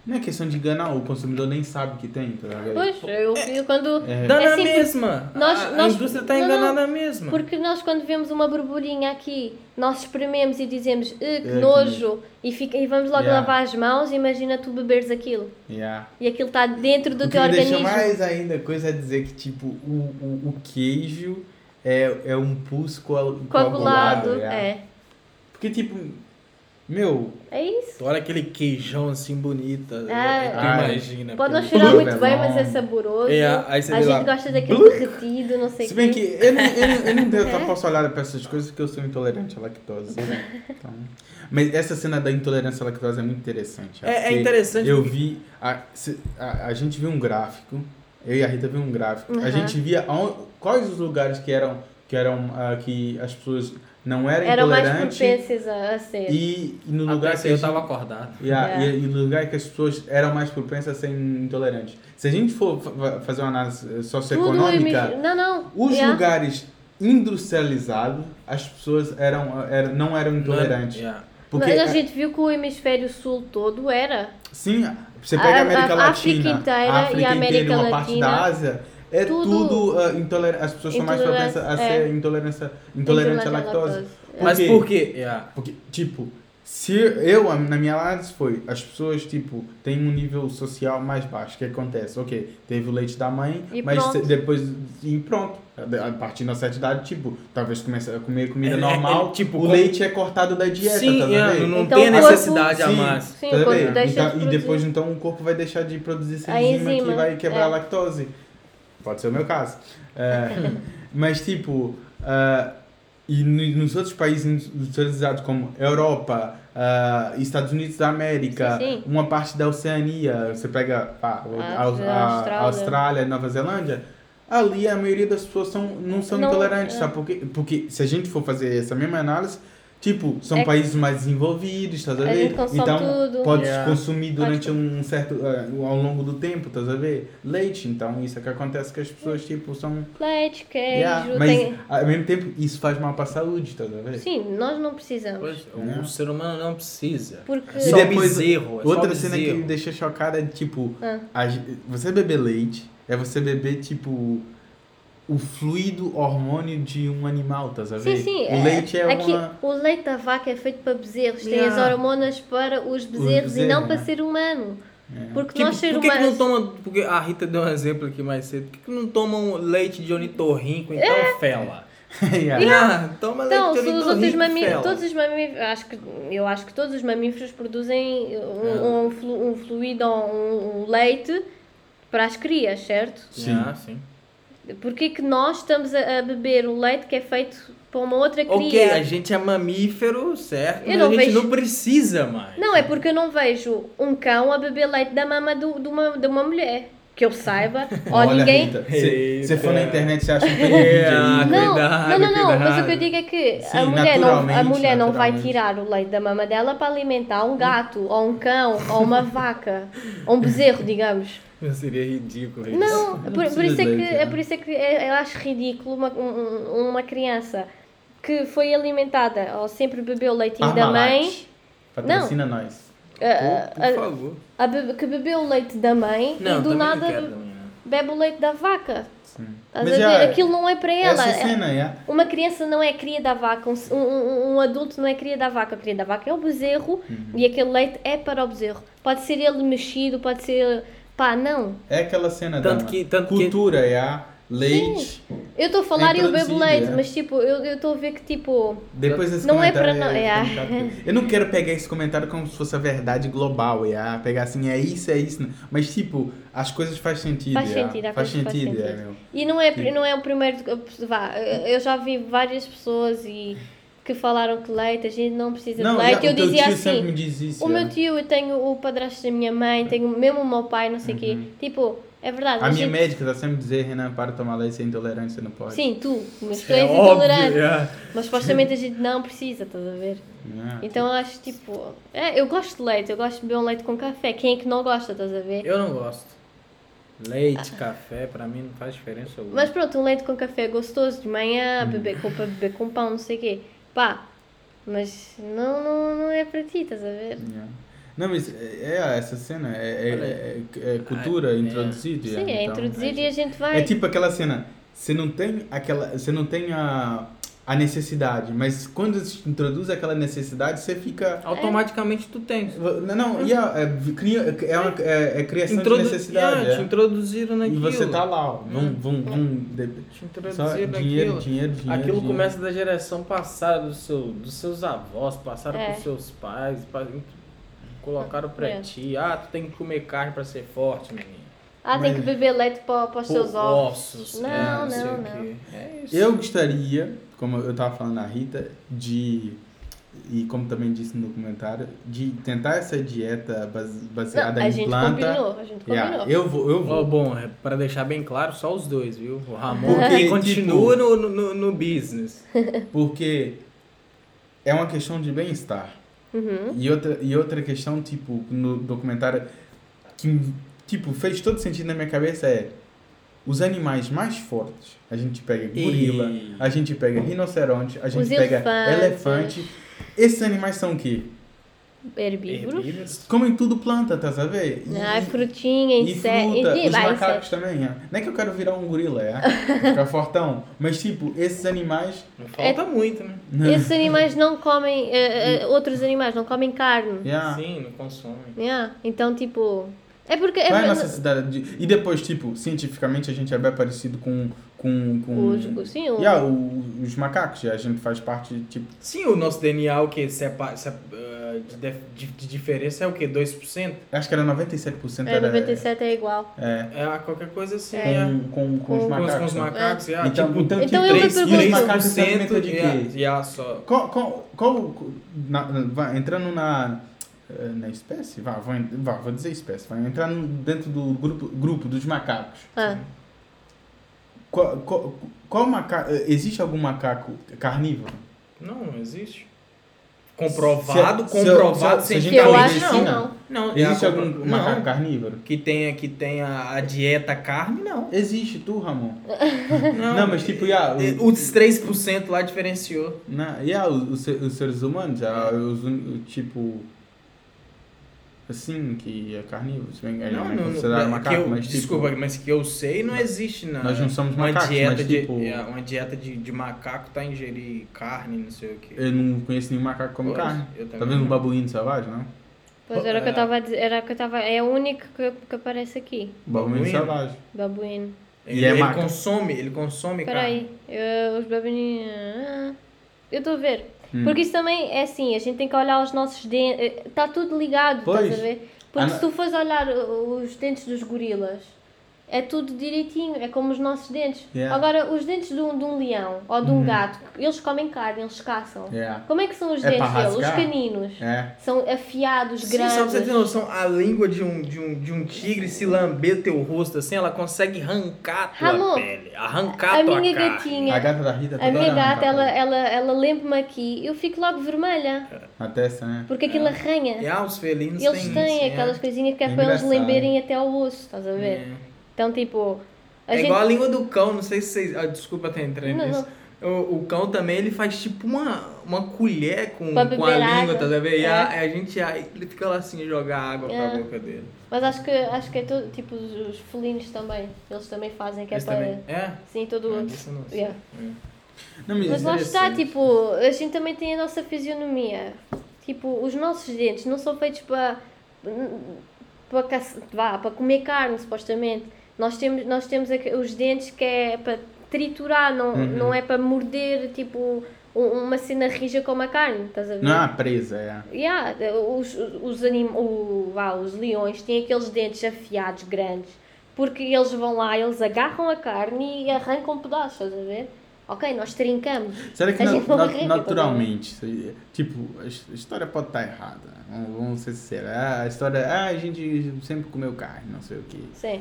[SPEAKER 2] Não é questão de enganar, o consumidor nem sabe que tem, tá ligado?
[SPEAKER 4] Pois, eu, eu quando.
[SPEAKER 2] É.
[SPEAKER 3] Dá
[SPEAKER 4] É
[SPEAKER 3] na
[SPEAKER 4] simples.
[SPEAKER 3] mesma.
[SPEAKER 4] Nós-
[SPEAKER 3] a, a
[SPEAKER 4] nós-
[SPEAKER 3] indústria tá está
[SPEAKER 4] não, não.
[SPEAKER 3] enganada mesmo.
[SPEAKER 4] Porque nós, quando vemos uma borbolinha aqui, nós esprememos e dizemos "Eh, que
[SPEAKER 2] É, que
[SPEAKER 4] nojo e, fica, e vamos logo
[SPEAKER 2] Yeah.
[SPEAKER 4] lavar as mãos. Imagina tu beberes aquilo
[SPEAKER 2] Yeah.
[SPEAKER 4] e aquilo está dentro do
[SPEAKER 2] O que
[SPEAKER 4] teu
[SPEAKER 2] me
[SPEAKER 4] organismo.
[SPEAKER 2] deixa mais ainda coisa é dizer que, tipo, o, o, o queijo é, é um pulso coal- coagulado.
[SPEAKER 4] Coagulado.
[SPEAKER 2] yeah.
[SPEAKER 4] É.
[SPEAKER 2] Porque, tipo, meu,
[SPEAKER 4] É isso.
[SPEAKER 3] Tu olha aquele queijão assim bonita.
[SPEAKER 4] Ah.
[SPEAKER 3] é, tu
[SPEAKER 2] Ah,
[SPEAKER 3] imagina.
[SPEAKER 4] Pode não
[SPEAKER 3] pelo-
[SPEAKER 4] cheirar muito
[SPEAKER 2] é
[SPEAKER 4] bem, mas é
[SPEAKER 2] bom.
[SPEAKER 4] saboroso.
[SPEAKER 3] É,
[SPEAKER 2] ah,
[SPEAKER 3] aí você
[SPEAKER 4] a
[SPEAKER 3] vê
[SPEAKER 4] gente
[SPEAKER 3] lá,
[SPEAKER 4] gosta daquele derretido, não sei É. o
[SPEAKER 2] se bem
[SPEAKER 4] quê.
[SPEAKER 2] que eu não, eu não, eu não devo estar posso olhar pra essas coisas porque eu sou intolerante à lactose. né? Então, mas essa cena da intolerância à lactose é muito interessante.
[SPEAKER 3] É, é
[SPEAKER 4] assim.
[SPEAKER 2] porque
[SPEAKER 3] interessante.
[SPEAKER 2] Eu vi. A, se- a, a gente viu um gráfico. Eu e a Rita viu um gráfico. A
[SPEAKER 4] Uhum.
[SPEAKER 2] gente via aon- quais os lugares que eram. Que eram. ah, que as pessoas não eram,
[SPEAKER 4] Eram mais
[SPEAKER 2] intolerantes.
[SPEAKER 4] propensas a, a ser.
[SPEAKER 2] E, e no
[SPEAKER 3] Até
[SPEAKER 2] lugar
[SPEAKER 3] que
[SPEAKER 2] que a
[SPEAKER 3] eu
[SPEAKER 2] gente-
[SPEAKER 3] tava acordado.
[SPEAKER 2] Yeah,
[SPEAKER 4] Yeah.
[SPEAKER 2] E, e no lugar que as pessoas eram mais propensas a serem intolerantes. Se a gente for fa- fa- fazer uma análise eh,
[SPEAKER 4] Tudo é e
[SPEAKER 2] socioeconômica,
[SPEAKER 4] mis- Não, não.
[SPEAKER 2] os
[SPEAKER 4] Yeah.
[SPEAKER 2] lugares industrializados, as pessoas eram, eh, eram, não eram intolerantes.
[SPEAKER 3] é Yeah.
[SPEAKER 2] Porque,
[SPEAKER 4] é. Mas a
[SPEAKER 2] eh,
[SPEAKER 4] gente viu que o hemisfério sul todo era.
[SPEAKER 2] sim, você pega a,
[SPEAKER 4] a-
[SPEAKER 2] América
[SPEAKER 4] a
[SPEAKER 2] Latina,
[SPEAKER 4] África inteira
[SPEAKER 2] a
[SPEAKER 4] e
[SPEAKER 2] África
[SPEAKER 4] a
[SPEAKER 2] inteira
[SPEAKER 4] América
[SPEAKER 2] uma parte
[SPEAKER 4] Latina,
[SPEAKER 2] da Ásia, é tudo,
[SPEAKER 4] tudo
[SPEAKER 2] intolerante. As pessoas são mais
[SPEAKER 4] intolerância,
[SPEAKER 2] propensas a
[SPEAKER 4] é.
[SPEAKER 2] ser intolerância, intolerante à
[SPEAKER 4] intolerante à
[SPEAKER 2] lactose. Por
[SPEAKER 3] Mas
[SPEAKER 2] quê?
[SPEAKER 3] por quê? Yeah.
[SPEAKER 2] Porque, tipo, se eu, a- na minha análise foi, as pessoas, tipo, têm um nível social mais baixo. O que acontece? Ok, teve o leite da mãe,
[SPEAKER 4] E
[SPEAKER 2] mas
[SPEAKER 4] pronto.
[SPEAKER 2] se- depois, e pronto. A a partir da certa idade, tipo, talvez comece a comer comida
[SPEAKER 3] É, é,
[SPEAKER 2] normal,
[SPEAKER 3] é, tipo,
[SPEAKER 2] o
[SPEAKER 3] como-
[SPEAKER 2] leite é cortado da dieta,
[SPEAKER 3] Sim, é,
[SPEAKER 2] tá
[SPEAKER 3] yeah,
[SPEAKER 2] vendo?
[SPEAKER 3] não
[SPEAKER 4] Então,
[SPEAKER 3] tem a
[SPEAKER 4] o corpo-
[SPEAKER 3] necessidade a
[SPEAKER 2] Sim.
[SPEAKER 3] mais.
[SPEAKER 4] Sim,
[SPEAKER 2] Tá
[SPEAKER 4] o corpo
[SPEAKER 2] vendo?
[SPEAKER 4] deixa
[SPEAKER 2] Então- e
[SPEAKER 4] de produzir.
[SPEAKER 2] depois, então, o corpo vai deixar de produzir essa
[SPEAKER 4] A
[SPEAKER 2] enzima, que
[SPEAKER 4] enzima,
[SPEAKER 2] vai quebrar
[SPEAKER 4] é.
[SPEAKER 2] a lactose. Pode ser o meu caso. É, mas, tipo, ah, e no- nos outros países industrializados, como Europa, ah, Estados Unidos da América,
[SPEAKER 4] Sim, sim.
[SPEAKER 2] uma parte da Oceania, você pega pá, o-
[SPEAKER 4] A-
[SPEAKER 2] a, Aus-
[SPEAKER 4] a
[SPEAKER 2] a-
[SPEAKER 4] Austrália.
[SPEAKER 2] a Austrália, Nova Zelândia, ali a maioria das pessoas são, não são
[SPEAKER 4] Não,
[SPEAKER 2] intolerantes,
[SPEAKER 4] é.
[SPEAKER 2] sabe? Porque, porque se a gente for fazer essa mesma análise, tipo, são
[SPEAKER 4] É que-
[SPEAKER 2] países mais desenvolvidos, tá a
[SPEAKER 4] A
[SPEAKER 2] ver?
[SPEAKER 4] gente consome
[SPEAKER 2] então,
[SPEAKER 4] tudo.
[SPEAKER 2] pode
[SPEAKER 3] Yeah.
[SPEAKER 2] consumir durante
[SPEAKER 4] Pode-
[SPEAKER 2] um certo. ah, ao longo do tempo, tá a ver? Leite, então, isso é que acontece que as pessoas, tipo, são.
[SPEAKER 4] Leite, queijo,
[SPEAKER 2] Yeah, mas,
[SPEAKER 4] É, tem...
[SPEAKER 2] ao mesmo tempo, isso faz mal pra saúde, tá a ver?
[SPEAKER 4] Sim, nós não precisamos.
[SPEAKER 3] Pois, O ser humano não precisa.
[SPEAKER 4] Porque...
[SPEAKER 3] Só
[SPEAKER 2] E depois-
[SPEAKER 3] bezerro. é só
[SPEAKER 2] Outra cena que
[SPEAKER 3] bezerro.
[SPEAKER 2] me deixou chocada é, tipo,
[SPEAKER 4] Ah.
[SPEAKER 2] a ge- você beber leite é você beber, tipo, o fluido hormônio de um animal, tá a ver?
[SPEAKER 4] Sim, sim.
[SPEAKER 2] O leite é
[SPEAKER 4] aqui,
[SPEAKER 2] uma...
[SPEAKER 4] O leite da vaca é feito para bezerros. Tem
[SPEAKER 3] Yeah.
[SPEAKER 4] as hormonas para os
[SPEAKER 2] bezerros,
[SPEAKER 4] bezerros e não
[SPEAKER 2] né? É.
[SPEAKER 4] para ser humano. Porque
[SPEAKER 3] Tipo,
[SPEAKER 4] nós, ser
[SPEAKER 3] por que, que não
[SPEAKER 4] humanos...
[SPEAKER 3] tomam. Porque a Rita deu um exemplo aqui mais cedo. Por que, que não tomam leite de onitorrinco então fela?
[SPEAKER 2] Yeah.
[SPEAKER 3] Ah, toma
[SPEAKER 4] É. Então, se
[SPEAKER 3] leite
[SPEAKER 4] os
[SPEAKER 3] de
[SPEAKER 4] outros
[SPEAKER 3] onitorrinco
[SPEAKER 4] mamí-
[SPEAKER 3] fela.
[SPEAKER 4] todos os mamíferos, acho que, eu acho que todos os mamíferos produzem
[SPEAKER 2] É.
[SPEAKER 4] um, um flu- um fluido, um, um leite para as crias, certo?
[SPEAKER 2] Sim.
[SPEAKER 3] Ah, sim.
[SPEAKER 4] Porquê que nós estamos a, a beber um leite que é feito para uma outra cria?
[SPEAKER 3] Ok, a gente é mamífero, certo?
[SPEAKER 4] Eu
[SPEAKER 3] Mas
[SPEAKER 4] não
[SPEAKER 3] a gente
[SPEAKER 4] vejo-
[SPEAKER 3] não precisa mais.
[SPEAKER 4] Não, é porque eu não vejo um cão a beber leite da mama do- de, uma, de uma mulher. Que eu saiba. Ó, ninguém.
[SPEAKER 2] Rita, se você for na
[SPEAKER 3] Eita.
[SPEAKER 2] internet, você acha que tem
[SPEAKER 3] É,
[SPEAKER 2] vídeo aí.
[SPEAKER 4] Não,
[SPEAKER 3] Cuidado,
[SPEAKER 4] não, não, não, mas
[SPEAKER 3] cuidado.
[SPEAKER 4] o que eu digo é que a
[SPEAKER 2] Sim,
[SPEAKER 4] mulher, não, a
[SPEAKER 2] naturalmente,
[SPEAKER 4] mulher não vai
[SPEAKER 2] naturalmente.
[SPEAKER 4] tirar o leite da mama dela para alimentar um gato, ou um cão, ou uma vaca, ou um bezerro, digamos.
[SPEAKER 3] Seria ridículo isso.
[SPEAKER 4] Não, por, por isso
[SPEAKER 2] precisa
[SPEAKER 4] é
[SPEAKER 2] de
[SPEAKER 4] que,
[SPEAKER 2] leite,
[SPEAKER 4] é
[SPEAKER 2] né?
[SPEAKER 4] por isso é que é- eu acho ridículo uma, um- um- uma criança que foi alimentada ou sempre bebeu o leitinho da mãe,
[SPEAKER 2] Parmalat. Patrocina nós.
[SPEAKER 3] Ah, Oh, Por, por favor.
[SPEAKER 4] a bebe- que bebeu o leite da mãe ah,
[SPEAKER 3] Não,
[SPEAKER 4] e do
[SPEAKER 3] também não
[SPEAKER 4] nada
[SPEAKER 3] quero também, não.
[SPEAKER 4] bebe o leite da vaca. Estás
[SPEAKER 2] Mas
[SPEAKER 4] a
[SPEAKER 2] já-
[SPEAKER 4] ver? Aquilo não é para ela.
[SPEAKER 2] Essa cena, é.
[SPEAKER 4] Uma criança não é cria da vaca, um, um- um adulto não é cria da vaca. A cria da vaca é o bezerro
[SPEAKER 2] Uhum.
[SPEAKER 4] e aquele leite é para o bezerro. Pode ser ele mexido, pode ser. pá, não.
[SPEAKER 2] É aquela cena
[SPEAKER 3] Tanto
[SPEAKER 2] da
[SPEAKER 3] que- tanto que-
[SPEAKER 2] cultura, é. Leite.
[SPEAKER 4] Eu estou a falar e eu bebo
[SPEAKER 2] Introduzido,
[SPEAKER 4] leite,
[SPEAKER 2] é.
[SPEAKER 4] mas tipo, eu eu estou a ver que tipo.
[SPEAKER 2] Depois desse
[SPEAKER 4] Não é
[SPEAKER 2] comentário, um
[SPEAKER 4] pra não-
[SPEAKER 2] eu-
[SPEAKER 4] é.
[SPEAKER 2] Eu não quero pegar esse comentário como se fosse a verdade global, é. Pegar assim, é isso, é isso. Mas, tipo, as coisas faz sentido,
[SPEAKER 4] Faz
[SPEAKER 2] é.
[SPEAKER 4] sentido, a
[SPEAKER 2] faz
[SPEAKER 4] coisa faz
[SPEAKER 2] sentido, é,
[SPEAKER 4] sentido.
[SPEAKER 2] meu.
[SPEAKER 4] E não é,
[SPEAKER 2] Sim.
[SPEAKER 4] não é o primeiro. Vá, eu já vi várias pessoas e que falaram que leite, a gente não precisa
[SPEAKER 2] Não,
[SPEAKER 4] de leite.
[SPEAKER 2] já-
[SPEAKER 4] eu
[SPEAKER 2] o teu
[SPEAKER 4] dizia
[SPEAKER 2] tio sempre
[SPEAKER 4] assim.
[SPEAKER 2] me diz isso,
[SPEAKER 4] O
[SPEAKER 2] é.
[SPEAKER 4] meu tio, eu tenho o padrasto da minha mãe, tenho mesmo o meu pai, não sei o quê. Tipo, é verdade.
[SPEAKER 2] Uhum. A
[SPEAKER 4] mas
[SPEAKER 2] minha
[SPEAKER 4] gente-
[SPEAKER 2] médica tá sempre dizendo, Renan, para de tomar leite, você é intolerante, você não pode.
[SPEAKER 4] Sim, tu, mas tu
[SPEAKER 3] É
[SPEAKER 4] és
[SPEAKER 3] óbvio,
[SPEAKER 4] intolerante.
[SPEAKER 3] é.
[SPEAKER 4] Mas supostamente a gente não precisa, estás a ver?
[SPEAKER 2] É.
[SPEAKER 4] Então eu acho tipo. É, eu gosto de leite, eu gosto de beber um leite com café. Quem é que não gosta, estás a ver?
[SPEAKER 3] Eu não gosto. Leite, café, pra mim não faz diferença alguma.
[SPEAKER 4] Ah. Mas pronto, um leite com café é gostoso de
[SPEAKER 2] Uhum.
[SPEAKER 4] manhã, beber com, para beber com pão, não sei o quê. Pá, mas não, não, não é para ti, estás a ver?
[SPEAKER 2] É. Não, mas é, é essa cena, é,
[SPEAKER 5] Olha
[SPEAKER 2] é, é, é cultura
[SPEAKER 5] Ah, é.
[SPEAKER 2] introduzida.
[SPEAKER 4] Sim, é
[SPEAKER 2] então,
[SPEAKER 4] introduzir e a gente
[SPEAKER 2] É
[SPEAKER 4] vai.
[SPEAKER 2] tipo aquela cena, você não tem aquela, você não tem a, a necessidade, mas quando se introduz aquela necessidade, você fica
[SPEAKER 5] Automaticamente tu tens.
[SPEAKER 2] não, não e a- é, cria- é, uma- é- é criação
[SPEAKER 5] Introdu-
[SPEAKER 2] de necessidade.
[SPEAKER 3] Ah,
[SPEAKER 5] Yeah, Te
[SPEAKER 2] é.
[SPEAKER 5] introduziram
[SPEAKER 2] E
[SPEAKER 5] naquilo.
[SPEAKER 2] você tá lá, ó, vum, vum, vum, de-
[SPEAKER 5] Te
[SPEAKER 2] só
[SPEAKER 5] introduziram
[SPEAKER 2] dinheiro,
[SPEAKER 5] naquilo.
[SPEAKER 2] dinheiro, dinheiro,
[SPEAKER 3] Aquilo
[SPEAKER 2] dinheiro.
[SPEAKER 3] começa da geração passada, do seu, dos seus avós, passaram
[SPEAKER 4] É.
[SPEAKER 3] pros seus pais, pa- colocaram pra
[SPEAKER 4] É.
[SPEAKER 3] ti. Ah, tu tem que comer carne pra ser forte, menino.
[SPEAKER 4] Ah, tem que
[SPEAKER 2] Mas-
[SPEAKER 4] beber leite para, para os seus
[SPEAKER 2] Oh,
[SPEAKER 3] Pô,
[SPEAKER 4] ovos. Não,
[SPEAKER 3] é, sei
[SPEAKER 4] não,
[SPEAKER 3] o
[SPEAKER 4] não.
[SPEAKER 3] quê. É isso.
[SPEAKER 2] Eu gostaria, como eu tava falando na Rita, de. E como também disse no documentário, de tentar essa dieta base-
[SPEAKER 4] Não,
[SPEAKER 2] baseada
[SPEAKER 4] a
[SPEAKER 2] em
[SPEAKER 4] gente
[SPEAKER 2] planta.
[SPEAKER 4] combinou, a gente combinou.
[SPEAKER 2] Yeah, eu vou, eu
[SPEAKER 3] Ó,
[SPEAKER 2] vou.
[SPEAKER 3] bom, é pra deixar bem claro, só os dois, viu? O Ramon
[SPEAKER 2] Porque,
[SPEAKER 3] que
[SPEAKER 2] tipo-
[SPEAKER 3] continua no, no- no, no business.
[SPEAKER 2] Porque é uma questão de bem-estar.
[SPEAKER 4] Uhum.
[SPEAKER 2] E outra, e outra questão, tipo, no documentário, que tipo, fez todo sentido na minha cabeça é os animais mais fortes. A gente pega gorila,
[SPEAKER 3] E-
[SPEAKER 2] a gente pega rinoceronte, a gente
[SPEAKER 4] Os
[SPEAKER 2] pega
[SPEAKER 4] elefantes.
[SPEAKER 2] elefante. Esses animais são o quê?
[SPEAKER 4] Herbívoro.
[SPEAKER 3] Herbívoros.
[SPEAKER 2] Comem tudo planta, tá a ver? E-
[SPEAKER 4] Ah, frutinha,
[SPEAKER 2] e
[SPEAKER 4] inseto.
[SPEAKER 2] fruta,
[SPEAKER 4] Ih,
[SPEAKER 2] os
[SPEAKER 4] vai,
[SPEAKER 2] macacos também. é. Não é que eu quero virar um gorila, é? Ficar fortão. Mas, tipo, esses animais...
[SPEAKER 3] Não falta
[SPEAKER 4] É.
[SPEAKER 3] muito, né?
[SPEAKER 4] inseto. Esses animais não comem, eh, eh, outros animais não comem carne.
[SPEAKER 2] Hum. Yeah.
[SPEAKER 3] Sim, não consome.
[SPEAKER 4] Yeah, Então, tipo. É porque. é
[SPEAKER 2] Qual é a
[SPEAKER 4] porque-
[SPEAKER 2] necessidade de... E depois, tipo, cientificamente a gente é bem parecido com... com, com...
[SPEAKER 4] os, os- sim, o-
[SPEAKER 2] um
[SPEAKER 4] é,
[SPEAKER 2] Yeah, o- os macacos, a gente faz parte, tipo...
[SPEAKER 3] Sim, o nosso DNA, é o que sepa, sepa, ah, de, def- de- de diferença é o que? 2%?
[SPEAKER 2] Acho que era 97%
[SPEAKER 4] é,
[SPEAKER 2] era...
[SPEAKER 4] 97 é igual.
[SPEAKER 2] É,
[SPEAKER 3] É qualquer coisa assim,
[SPEAKER 2] com,
[SPEAKER 3] é.
[SPEAKER 2] Com, com, os
[SPEAKER 4] Com-
[SPEAKER 3] Com os-
[SPEAKER 2] macacos.
[SPEAKER 3] com os
[SPEAKER 2] né?
[SPEAKER 3] macacos, é.
[SPEAKER 2] Então,
[SPEAKER 3] tipo,
[SPEAKER 2] então, tipo,
[SPEAKER 4] Então eu me
[SPEAKER 2] três- e os
[SPEAKER 4] pergunto-
[SPEAKER 2] macacos se
[SPEAKER 3] 3%
[SPEAKER 2] alimentam de quê?
[SPEAKER 3] é, é só.
[SPEAKER 2] Qual, qual, qual na- na- vai, entrando na, eh, na espécie, vá, vou, en- vá, vou dizer espécie, vai entrar no- dentro do grupo, grupo dos macacos.
[SPEAKER 4] Ah,
[SPEAKER 2] Qual, qual, qual macaco, existe algum macaco carnívoro?
[SPEAKER 3] Não, não existe. Comprovado,
[SPEAKER 2] se- se-
[SPEAKER 3] comprovado
[SPEAKER 2] se- se a
[SPEAKER 4] que
[SPEAKER 2] gente tá
[SPEAKER 4] eu
[SPEAKER 2] na
[SPEAKER 4] acho que
[SPEAKER 2] medicina,
[SPEAKER 4] não.
[SPEAKER 3] Não,
[SPEAKER 2] Existe
[SPEAKER 3] é a
[SPEAKER 2] algum
[SPEAKER 3] compro-
[SPEAKER 2] macaco
[SPEAKER 3] não.
[SPEAKER 2] carnívoro?
[SPEAKER 3] Que tenha, que tenha a dieta carne, não.
[SPEAKER 2] Existe tu, Ramon. Não, mas tipo, já,
[SPEAKER 3] eh,
[SPEAKER 2] o,
[SPEAKER 3] Os 3% lá diferenciou.
[SPEAKER 2] na, já, os, os ser- os seres humanos, já, os, un- o tipo... Assim, que é carnívoro, se bem que
[SPEAKER 3] Não,
[SPEAKER 2] é
[SPEAKER 3] não,
[SPEAKER 2] considerado
[SPEAKER 3] não,
[SPEAKER 2] macaco,
[SPEAKER 3] que eu-
[SPEAKER 2] mas tipo...
[SPEAKER 3] Desculpa, mas que eu sei não existe nada.
[SPEAKER 2] Nós não somos
[SPEAKER 3] uma
[SPEAKER 2] macacos,
[SPEAKER 3] dieta
[SPEAKER 2] mas
[SPEAKER 3] de,
[SPEAKER 2] tipo-
[SPEAKER 3] é, Uma dieta de, de macaco tá ingerir carne, não sei o que.
[SPEAKER 2] Eu não conheço nenhum macaco como
[SPEAKER 3] Pois,
[SPEAKER 2] carne.
[SPEAKER 3] eu também
[SPEAKER 2] Talvez um
[SPEAKER 3] não.
[SPEAKER 2] babuíno selvagem, não? Um
[SPEAKER 4] Pois era o
[SPEAKER 2] Ah.
[SPEAKER 4] que eu
[SPEAKER 3] É.
[SPEAKER 4] estava a dizer. Era o que eu tava, é o único que, que aparece aqui.
[SPEAKER 2] Babuíno
[SPEAKER 3] Babuíno?
[SPEAKER 2] selvagem.
[SPEAKER 4] Babuíno.
[SPEAKER 3] Ele,
[SPEAKER 2] E é
[SPEAKER 3] ele
[SPEAKER 2] macaco.
[SPEAKER 3] consome, ele consome carne.
[SPEAKER 4] Peraí. eu- Os babuinhos. ah, eu estou a ver.
[SPEAKER 2] Hum.
[SPEAKER 4] Porque isso também é assim, a gente tem que olhar os nossos dentes. Está tudo ligado,
[SPEAKER 2] Pois.
[SPEAKER 4] estás a ver?
[SPEAKER 2] Ah,
[SPEAKER 4] Porque
[SPEAKER 2] não-
[SPEAKER 4] se tu fores olhar o- os dentes dos gorilas, é tudo direitinho, é como os nossos dentes.
[SPEAKER 2] Yeah. Uhum.
[SPEAKER 4] Agora, os dentes de um, de um leão ou de um gato, eles comem carne, eles caçam.
[SPEAKER 2] Yeah.
[SPEAKER 4] Como é que são os
[SPEAKER 2] É
[SPEAKER 4] dentes
[SPEAKER 2] pra
[SPEAKER 4] deles? Os
[SPEAKER 2] rasgar?
[SPEAKER 4] caninos.
[SPEAKER 2] É.
[SPEAKER 4] São afiados,
[SPEAKER 3] Sim,
[SPEAKER 4] grandes.
[SPEAKER 3] só pra você ter noção, a língua de um, de um, de um tigre se lamber teu rosto assim, ela consegue arrancar a tua
[SPEAKER 4] Ramon,
[SPEAKER 3] pele. Arrancar
[SPEAKER 4] a
[SPEAKER 3] tua
[SPEAKER 4] minha
[SPEAKER 3] carne.
[SPEAKER 4] gatinha,
[SPEAKER 2] A gata da Rita
[SPEAKER 4] a
[SPEAKER 2] toda
[SPEAKER 4] minha
[SPEAKER 2] hora
[SPEAKER 4] gata,
[SPEAKER 2] arranca
[SPEAKER 4] ela, é- ela, ela lambe-me aqui, eu fico logo vermelha,
[SPEAKER 2] Na testa, né?
[SPEAKER 4] porque aquilo arranha.
[SPEAKER 3] É, ah, os felinos
[SPEAKER 4] Eles
[SPEAKER 3] têm,
[SPEAKER 4] têm
[SPEAKER 3] isso, é.
[SPEAKER 4] aquelas coisinhas que é,
[SPEAKER 2] É
[SPEAKER 4] para eles
[SPEAKER 2] engraçado.
[SPEAKER 4] lembrarem até ao osso, estás a ver?
[SPEAKER 3] É.
[SPEAKER 4] Então, tipo. A
[SPEAKER 3] É
[SPEAKER 4] gente...
[SPEAKER 3] igual a língua do cão, não sei se vocês. Ah, desculpa ter entrado
[SPEAKER 4] Não,
[SPEAKER 3] nisso. O, o cão também, ele faz tipo uma, uma colher com, com
[SPEAKER 4] Pra
[SPEAKER 3] a
[SPEAKER 4] beber água.
[SPEAKER 3] língua, tá vendo? E a,
[SPEAKER 4] É.
[SPEAKER 3] a gente, a- ele fica lá assim, jogar água pra
[SPEAKER 4] É.
[SPEAKER 3] boca dele.
[SPEAKER 4] Mas acho que, acho que é todo, tipo os, os felinos também. Eles também fazem, que
[SPEAKER 3] Eles
[SPEAKER 4] é para.
[SPEAKER 3] também. É?
[SPEAKER 4] Sim, todo.
[SPEAKER 3] Ah, disso eu não sei.
[SPEAKER 4] Yeah.
[SPEAKER 2] Não, mas, é
[SPEAKER 4] Mas lá está, tipo, a gente também tem a nossa fisionomia. Tipo, os nossos dentes não são feitos para. para, caça- vá, para comer carne, supostamente. Nós temos, nós temos aqu- os dentes que é para triturar, não,
[SPEAKER 3] Uhum.
[SPEAKER 4] não é para morder, tipo, um- uma cena rija como a carne, estás a ver?
[SPEAKER 2] Não é uma presa, é.
[SPEAKER 4] Yeah, os, os, anim, o, vá, os leões têm aqueles dentes afiados grandes porque eles vão lá, eles agarram a carne e arrancam pedaços, estás a ver? Ok, nós trincamos.
[SPEAKER 2] Será que
[SPEAKER 4] A
[SPEAKER 2] na-
[SPEAKER 4] gente não
[SPEAKER 2] na-
[SPEAKER 4] arranca,
[SPEAKER 2] naturalmente, isso aí, tipo, a his- a história pode estar errada, né? vamos, vamos ser sinceros. Ah, a história, ah, a gente sempre comeu carne, não sei o quê.
[SPEAKER 4] Sim.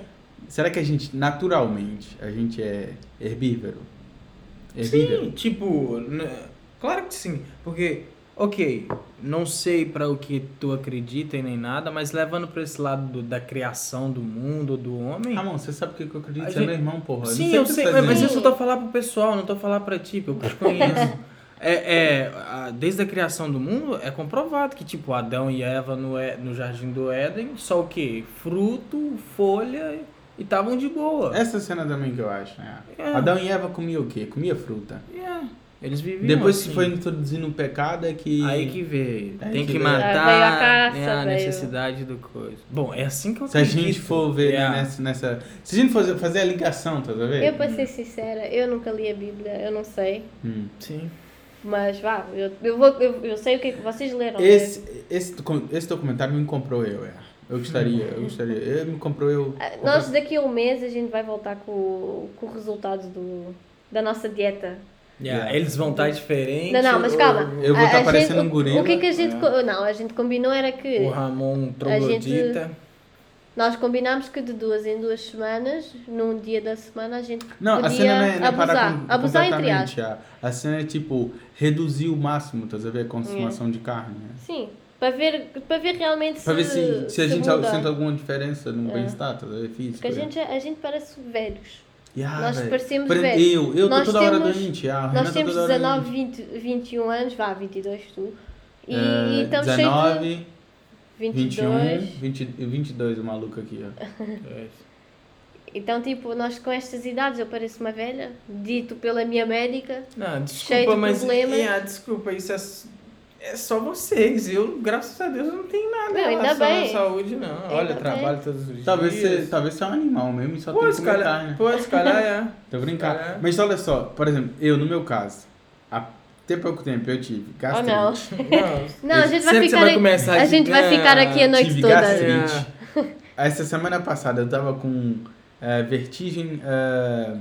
[SPEAKER 2] Será que a gente, naturalmente, a gente é herbívoro? Herbívoro?
[SPEAKER 3] Sim, tipo, né, claro que sim. Porque, ok, não sei pra o que tu acredita e nem nada, mas levando pra esse lado do- da criação do mundo, do homem.
[SPEAKER 2] Ramon, você sabe o que que eu acredito?
[SPEAKER 3] A
[SPEAKER 2] Você é
[SPEAKER 3] gente-
[SPEAKER 2] meu irmão, porra.
[SPEAKER 3] Ah, Sim, eu
[SPEAKER 2] o que
[SPEAKER 3] sei,
[SPEAKER 2] tá
[SPEAKER 3] mas, mas eu
[SPEAKER 2] dizendo.
[SPEAKER 3] só tô falando pro pessoal, não tô falando pra ti, porque eu te conheço. É, é, a- desde a criação do mundo é comprovado que, tipo, Adão e Eva no, é- no jardim do Éden, só o quê? Fruto, folha e estavam de boa.
[SPEAKER 2] Essa cena também que eu acho, né?
[SPEAKER 3] É.
[SPEAKER 2] Adão e Eva comiam o quê? Comia fruta.
[SPEAKER 3] É, eles viviam.
[SPEAKER 2] Depois
[SPEAKER 3] assim.
[SPEAKER 2] que foi introduzindo o pecado é que...
[SPEAKER 3] Aí que veio.
[SPEAKER 2] Aí
[SPEAKER 3] tem
[SPEAKER 2] que
[SPEAKER 3] que,
[SPEAKER 2] veio.
[SPEAKER 3] matar
[SPEAKER 4] É, Veio a caça,
[SPEAKER 3] né, a
[SPEAKER 4] veio-
[SPEAKER 3] necessidade do coisa. Bom, é assim que eu
[SPEAKER 2] Se a
[SPEAKER 3] acredito.
[SPEAKER 2] gente for ver né,
[SPEAKER 3] É.
[SPEAKER 2] nessa, nessa... Se a gente for fazer a ligação, tá vendo?
[SPEAKER 4] Eu, para ser sincera, eu nunca li a Bíblia, eu não sei.
[SPEAKER 2] Hum.
[SPEAKER 3] Sim.
[SPEAKER 4] Mas vá, eu, eu, vou, eu, eu sei o que é que vocês leram. né?
[SPEAKER 2] Esse, esse, docu- esse documentário me comprou eu, é. Eu gostaria, eu gostaria. Eu me comprou eu.
[SPEAKER 4] Ah, Nós daqui a um mês a gente vai voltar com, o- com o resultado do, da nossa dieta.
[SPEAKER 3] Yeah,
[SPEAKER 2] Yeah.
[SPEAKER 3] Eles vão estar diferentes.
[SPEAKER 4] Não, não, mas calma.
[SPEAKER 2] Eu vou
[SPEAKER 4] A-
[SPEAKER 2] estar
[SPEAKER 4] a
[SPEAKER 2] parecendo
[SPEAKER 4] gente-
[SPEAKER 2] um gorila.
[SPEAKER 4] O que que a gente... co- Não, a gente combinou era que...
[SPEAKER 3] O Ramon troglodita.
[SPEAKER 4] Nós combinámos que de duas em duas semanas, num dia da semana, a gente
[SPEAKER 2] Não,
[SPEAKER 4] podia
[SPEAKER 2] a cena não é, não é
[SPEAKER 4] abusar.
[SPEAKER 2] parar com,
[SPEAKER 4] abusar entre
[SPEAKER 2] completamente.
[SPEAKER 4] aspas.
[SPEAKER 2] A, a cena é tipo reduzir o máximo, tá a ver? A consumação de carne. Né?
[SPEAKER 4] Sim, para ver, para ver realmente
[SPEAKER 2] Pra ver se,
[SPEAKER 4] se,
[SPEAKER 2] se a gente
[SPEAKER 4] muda.
[SPEAKER 2] sente alguma diferença no bem-estar, tá a ver? Físico.
[SPEAKER 4] Porque a
[SPEAKER 2] né?
[SPEAKER 4] gente, a gente parece velhos.
[SPEAKER 2] Yeah,
[SPEAKER 4] nós
[SPEAKER 2] Ah, velho.
[SPEAKER 4] parecemos
[SPEAKER 2] Pre-
[SPEAKER 4] velhos.
[SPEAKER 2] Eu, eu
[SPEAKER 4] Nós
[SPEAKER 2] tô toda hora
[SPEAKER 4] temos-
[SPEAKER 2] doente. ah, o
[SPEAKER 4] Nós
[SPEAKER 2] Renato
[SPEAKER 4] temos
[SPEAKER 2] toda hora
[SPEAKER 4] 19,
[SPEAKER 2] doente.
[SPEAKER 4] 20, 21 anos, vá, 22 tu. E, então,
[SPEAKER 2] Eh,
[SPEAKER 4] e estamos cheios
[SPEAKER 2] 19,
[SPEAKER 4] de 22.
[SPEAKER 2] 21, 20, 22, o maluco aqui, ó.
[SPEAKER 4] Então, tipo, nós com estas idades, eu pareço uma velha, dito pela minha médica.
[SPEAKER 3] Não,
[SPEAKER 4] Cheio
[SPEAKER 3] desculpa,
[SPEAKER 4] de
[SPEAKER 3] mas.
[SPEAKER 4] problemas.
[SPEAKER 3] Yeah, desculpa, isso é, s- é só vocês. Eu, graças a Deus, não tenho
[SPEAKER 2] Ah,
[SPEAKER 3] nada
[SPEAKER 4] Não,
[SPEAKER 3] em
[SPEAKER 4] ainda
[SPEAKER 3] relação
[SPEAKER 4] bem.
[SPEAKER 3] à saúde, não.
[SPEAKER 4] Ainda
[SPEAKER 3] Olha,
[SPEAKER 4] bem.
[SPEAKER 3] trabalho todos os
[SPEAKER 2] Talvez você,
[SPEAKER 3] dias.
[SPEAKER 2] talvez você é um animal mesmo e só tem
[SPEAKER 3] Pô,
[SPEAKER 2] que né?
[SPEAKER 3] se
[SPEAKER 2] comer
[SPEAKER 3] calhar.
[SPEAKER 2] carne.
[SPEAKER 3] Pô, se calhar é.
[SPEAKER 2] Tô brincando.
[SPEAKER 3] Cara.
[SPEAKER 2] Mas olha só, por exemplo, eu, no meu caso, até pouco tempo eu tive
[SPEAKER 4] Ou
[SPEAKER 2] gastrite.
[SPEAKER 4] não?
[SPEAKER 3] Não,
[SPEAKER 4] Não, a gente vai
[SPEAKER 3] Sempre você
[SPEAKER 4] ficar,
[SPEAKER 3] vai
[SPEAKER 4] aí-
[SPEAKER 3] começar
[SPEAKER 4] a
[SPEAKER 3] a
[SPEAKER 4] gente vai
[SPEAKER 3] dizer,
[SPEAKER 4] ficar aqui a
[SPEAKER 3] "Ah,
[SPEAKER 4] noite
[SPEAKER 2] tive
[SPEAKER 4] toda.
[SPEAKER 2] gastrite. Essa semana passada eu tava com eh, vertigem, eh,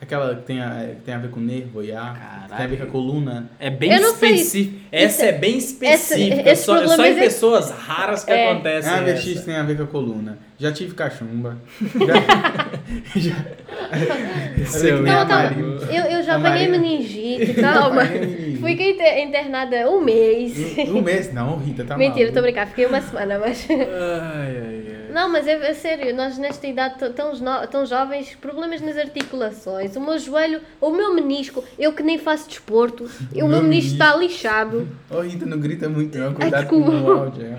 [SPEAKER 2] aquela que tem, a, que tem a ver com nervo e ar, que tem a ver com a coluna.
[SPEAKER 3] É bem
[SPEAKER 4] Eu não sei.
[SPEAKER 3] específico. Essa é bem específica.
[SPEAKER 4] esse
[SPEAKER 3] só,
[SPEAKER 4] problema
[SPEAKER 3] só em
[SPEAKER 4] existe.
[SPEAKER 3] pessoas raras que
[SPEAKER 4] É.
[SPEAKER 3] acontece.
[SPEAKER 2] ah,
[SPEAKER 3] essa.
[SPEAKER 2] vertigem tem a ver com a coluna. Já tive cachumba. Já, já,
[SPEAKER 3] Seu
[SPEAKER 2] Minha
[SPEAKER 4] Não, calma.
[SPEAKER 2] Maria.
[SPEAKER 4] Eu, eu já
[SPEAKER 2] A
[SPEAKER 4] paguei
[SPEAKER 2] Maria-
[SPEAKER 4] meningite, calma. Fui que inter- internada um mês.
[SPEAKER 2] Um mês, não, Rita, tá
[SPEAKER 4] Mentira, estou
[SPEAKER 2] maluca.
[SPEAKER 4] a brincar, fiquei uma semana, mas.
[SPEAKER 3] Ai, ai, ai.
[SPEAKER 4] Não, mas é, é sério, nós nesta idade to- tão, jo- tão jovens, problemas nas articulações, o meu joelho, o meu menisco, eu que nem faço desporto, o meu
[SPEAKER 2] Meu
[SPEAKER 4] menisco está
[SPEAKER 2] menisco.
[SPEAKER 4] lixado,
[SPEAKER 2] Ô, Rita, não grita muito, não. Cuidado
[SPEAKER 4] desculpa.
[SPEAKER 2] com o áudio. é.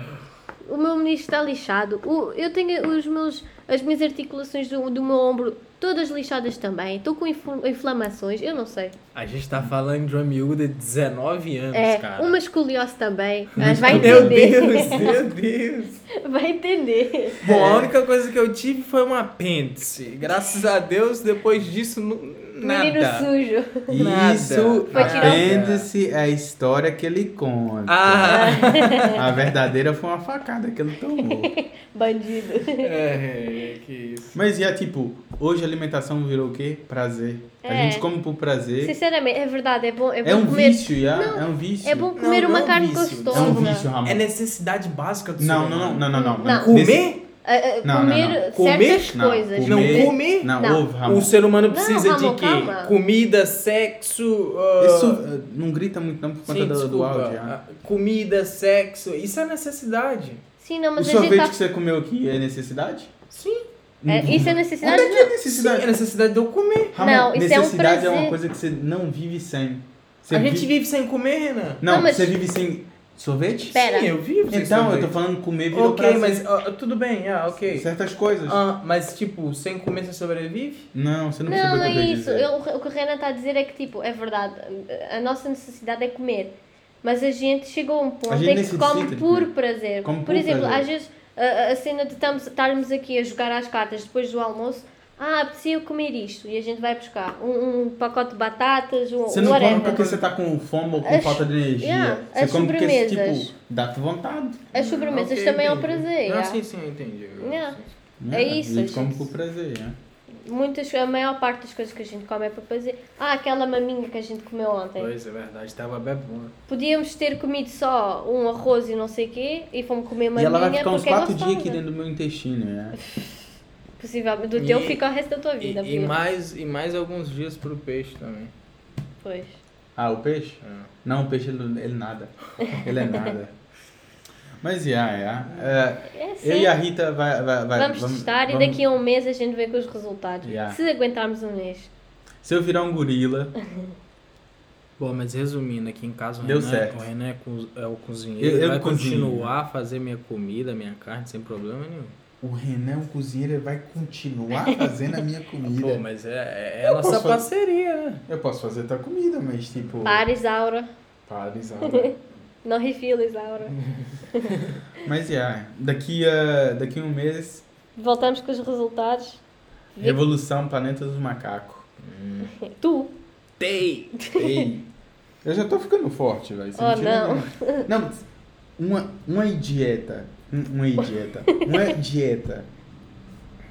[SPEAKER 4] o meu menisco está lixado, o- eu tenho os meus, as minhas articulações do, do meu ombro todas lixadas também, estou com infu- inflamações, eu não sei.
[SPEAKER 3] A gente tá falando de uma miúda de 19 anos,
[SPEAKER 4] É,
[SPEAKER 3] cara.
[SPEAKER 4] uma escoliose também, mas vai
[SPEAKER 3] Meu
[SPEAKER 4] entender,
[SPEAKER 3] Deus, meu Deus.
[SPEAKER 4] vai entender.
[SPEAKER 2] É.
[SPEAKER 3] Bom, a única coisa que eu tive foi um apêndice. Graças a Deus, depois disso, nu-
[SPEAKER 4] Menino
[SPEAKER 3] nada.
[SPEAKER 4] sujo.
[SPEAKER 3] Nada.
[SPEAKER 2] Isso,
[SPEAKER 3] Foi
[SPEAKER 4] tirar o-
[SPEAKER 2] apêndice é a história que ele conta.
[SPEAKER 3] Ah,
[SPEAKER 2] A verdadeira foi uma facada que ele tomou.
[SPEAKER 4] Bandido.
[SPEAKER 3] é, que isso.
[SPEAKER 2] Mas e é tipo, hoje a alimentação virou o quê? Prazer. A
[SPEAKER 4] É.
[SPEAKER 2] gente come por prazer.
[SPEAKER 4] Sinceramente, é verdade, é bom, é bom
[SPEAKER 2] É um
[SPEAKER 4] comer.
[SPEAKER 2] vício, já.
[SPEAKER 4] Não,
[SPEAKER 2] é um vício.
[SPEAKER 4] É bom comer
[SPEAKER 3] Não,
[SPEAKER 4] uma
[SPEAKER 3] não é um
[SPEAKER 4] carne
[SPEAKER 2] É
[SPEAKER 3] vício.
[SPEAKER 2] um
[SPEAKER 4] gostosa.
[SPEAKER 2] vício, Ramon.
[SPEAKER 3] É necessidade básica do ser
[SPEAKER 2] Não, não, não,
[SPEAKER 3] humano.
[SPEAKER 2] não, não, não.
[SPEAKER 4] Não.
[SPEAKER 2] Nesse-
[SPEAKER 3] Comer?
[SPEAKER 4] Ah, ah,
[SPEAKER 2] Não, não,
[SPEAKER 4] comer
[SPEAKER 2] não.
[SPEAKER 4] certas
[SPEAKER 3] Comer?
[SPEAKER 2] Não,
[SPEAKER 4] coisas.
[SPEAKER 3] Não
[SPEAKER 2] Comer-
[SPEAKER 3] comer?
[SPEAKER 2] Não,
[SPEAKER 4] Não.
[SPEAKER 2] ouve, Ramon.
[SPEAKER 3] O Um ser humano
[SPEAKER 4] Não,
[SPEAKER 3] precisa
[SPEAKER 4] Ramon,
[SPEAKER 3] de quê?
[SPEAKER 4] calma.
[SPEAKER 3] Comida, sexo. ah,
[SPEAKER 2] Isso eh, não grita muito não por conta
[SPEAKER 3] Sim,
[SPEAKER 2] do, do
[SPEAKER 3] desculpa.
[SPEAKER 2] áudio. né? já.
[SPEAKER 3] Ah, Comida, sexo, isso é necessidade.
[SPEAKER 4] Sim, não,
[SPEAKER 2] O
[SPEAKER 4] mas a gente
[SPEAKER 2] sorvete
[SPEAKER 4] tá...
[SPEAKER 2] que você comeu aqui é necessidade?
[SPEAKER 3] Sim.
[SPEAKER 4] É, isso é
[SPEAKER 2] Onde
[SPEAKER 4] necessidade?
[SPEAKER 2] é que é
[SPEAKER 3] Sim,
[SPEAKER 2] necessidade?
[SPEAKER 3] é necessidade de eu comer.
[SPEAKER 2] Ramon,
[SPEAKER 4] Não, isso é um
[SPEAKER 2] necessidade é, uma
[SPEAKER 4] prazer.
[SPEAKER 2] coisa que você não vive sem. Você
[SPEAKER 3] a gente
[SPEAKER 2] vi-
[SPEAKER 3] vive sem comer, Renan.
[SPEAKER 2] Não,
[SPEAKER 4] Não, mas-
[SPEAKER 2] você vive sem sorvete?
[SPEAKER 4] Pera.
[SPEAKER 3] Sim, eu vivo sem
[SPEAKER 2] Então, eu
[SPEAKER 3] comer.
[SPEAKER 2] tô falando comer virou
[SPEAKER 3] Ok,
[SPEAKER 2] prazer.
[SPEAKER 3] mas ah, tudo bem, ah, ok.
[SPEAKER 2] Certas coisas.
[SPEAKER 3] Ah, mas tipo, sem comer você sobrevive?
[SPEAKER 2] Não, você não,
[SPEAKER 4] Não,
[SPEAKER 2] percebeu
[SPEAKER 4] não
[SPEAKER 2] o
[SPEAKER 4] é
[SPEAKER 2] que eu quis
[SPEAKER 4] isso.
[SPEAKER 2] dizer.
[SPEAKER 4] Eu- o que o Renan está a dizer é que, tipo, é verdade, a nossa necessidade é comer. Mas a gente chegou a um ponto
[SPEAKER 2] A gente
[SPEAKER 4] em que
[SPEAKER 2] necessita de
[SPEAKER 4] come por
[SPEAKER 2] comer.
[SPEAKER 4] prazer.
[SPEAKER 2] Come
[SPEAKER 4] por
[SPEAKER 2] por
[SPEAKER 4] exemplo,
[SPEAKER 2] prazer.
[SPEAKER 4] às vezes a, a cena de tamos- estarmos aqui a jogar às cartas depois do almoço, ah, preciso comer isto. E a gente vai buscar um, um pacote de batatas, um
[SPEAKER 2] Você não
[SPEAKER 4] whatever.
[SPEAKER 2] come porque você tá com fome ou com
[SPEAKER 4] As-
[SPEAKER 2] falta de energia.
[SPEAKER 4] Yeah,
[SPEAKER 2] você
[SPEAKER 4] as
[SPEAKER 2] come porque,
[SPEAKER 4] sobremesas.
[SPEAKER 2] tipo, dá-te vontade.
[SPEAKER 4] As sobremesas
[SPEAKER 3] Ok,
[SPEAKER 4] também é um
[SPEAKER 3] entendi.
[SPEAKER 4] prazer.
[SPEAKER 3] Não,
[SPEAKER 4] já.
[SPEAKER 3] sim, sim, eu entendi. Eu-
[SPEAKER 4] Não.
[SPEAKER 3] sim.
[SPEAKER 2] né?
[SPEAKER 4] É isso,
[SPEAKER 2] A gente come
[SPEAKER 4] gente.
[SPEAKER 2] por prazer, né?
[SPEAKER 4] Muitas, a maior parte das coisas que a gente come é para fazer. Ah, aquela maminha que a gente comeu ontem.
[SPEAKER 3] Pois é verdade, tava bebona.
[SPEAKER 4] Podíamos ter comido só um arroz e não sei o quê e fomos comer
[SPEAKER 2] e
[SPEAKER 4] maminha
[SPEAKER 2] ela vai ficar uns
[SPEAKER 4] porque é
[SPEAKER 2] quatro
[SPEAKER 4] gostosa.
[SPEAKER 2] dias aqui dentro do meu intestino, né?
[SPEAKER 4] Possivelmente do teu
[SPEAKER 3] E-
[SPEAKER 4] fica o resto da tua vida.
[SPEAKER 3] E, e
[SPEAKER 4] Pedro.
[SPEAKER 3] mais, e mais alguns dias pro peixe também.
[SPEAKER 4] Pois.
[SPEAKER 2] Ah, o peixe?
[SPEAKER 3] Ah.
[SPEAKER 2] Não, o peixe, ele, ele nada. Ele é nada. Mas, yeah, yeah. É,
[SPEAKER 4] É
[SPEAKER 2] eu
[SPEAKER 4] sim.
[SPEAKER 2] e a Rita vai, vai, vai-
[SPEAKER 4] vamos, testar e
[SPEAKER 2] vamos-
[SPEAKER 4] daqui a um mês a gente vê com os resultados.
[SPEAKER 2] Yeah.
[SPEAKER 4] Se aguentarmos um mês.
[SPEAKER 2] Se eu virar um gorila,
[SPEAKER 3] Bom, mas resumindo, aqui em casa o
[SPEAKER 2] Deu
[SPEAKER 3] Renan,
[SPEAKER 2] certo.
[SPEAKER 3] o Renan é, co- é o cozinheiro.
[SPEAKER 2] Eu- eu
[SPEAKER 3] vai
[SPEAKER 2] cozinho.
[SPEAKER 3] continuar a fazer minha comida, minha carne, sem problema nenhum.
[SPEAKER 2] O Renan, o cozinheiro, ele vai continuar fazendo a minha comida.
[SPEAKER 3] Pô, mas é, é a nossa
[SPEAKER 2] posso fazer-
[SPEAKER 3] parceria, né?
[SPEAKER 2] Eu posso fazer tua comida, mas tipo.
[SPEAKER 4] Para, Isaura.
[SPEAKER 2] Para, Isabel.
[SPEAKER 4] Não refila, Isaura.
[SPEAKER 2] mas yeah, daqui a, daqui a um mês,
[SPEAKER 4] Voltamos com os resultados. Vi-
[SPEAKER 2] Revolução Planeta dos Macacos.
[SPEAKER 4] Tu.
[SPEAKER 3] Tei!
[SPEAKER 2] Ei, eu já tô ficando forte, velho. sem
[SPEAKER 4] Oh,
[SPEAKER 2] mentira
[SPEAKER 4] não.
[SPEAKER 2] nenhuma. Não, mas uma, uma dieta, um- uma dieta, uma dieta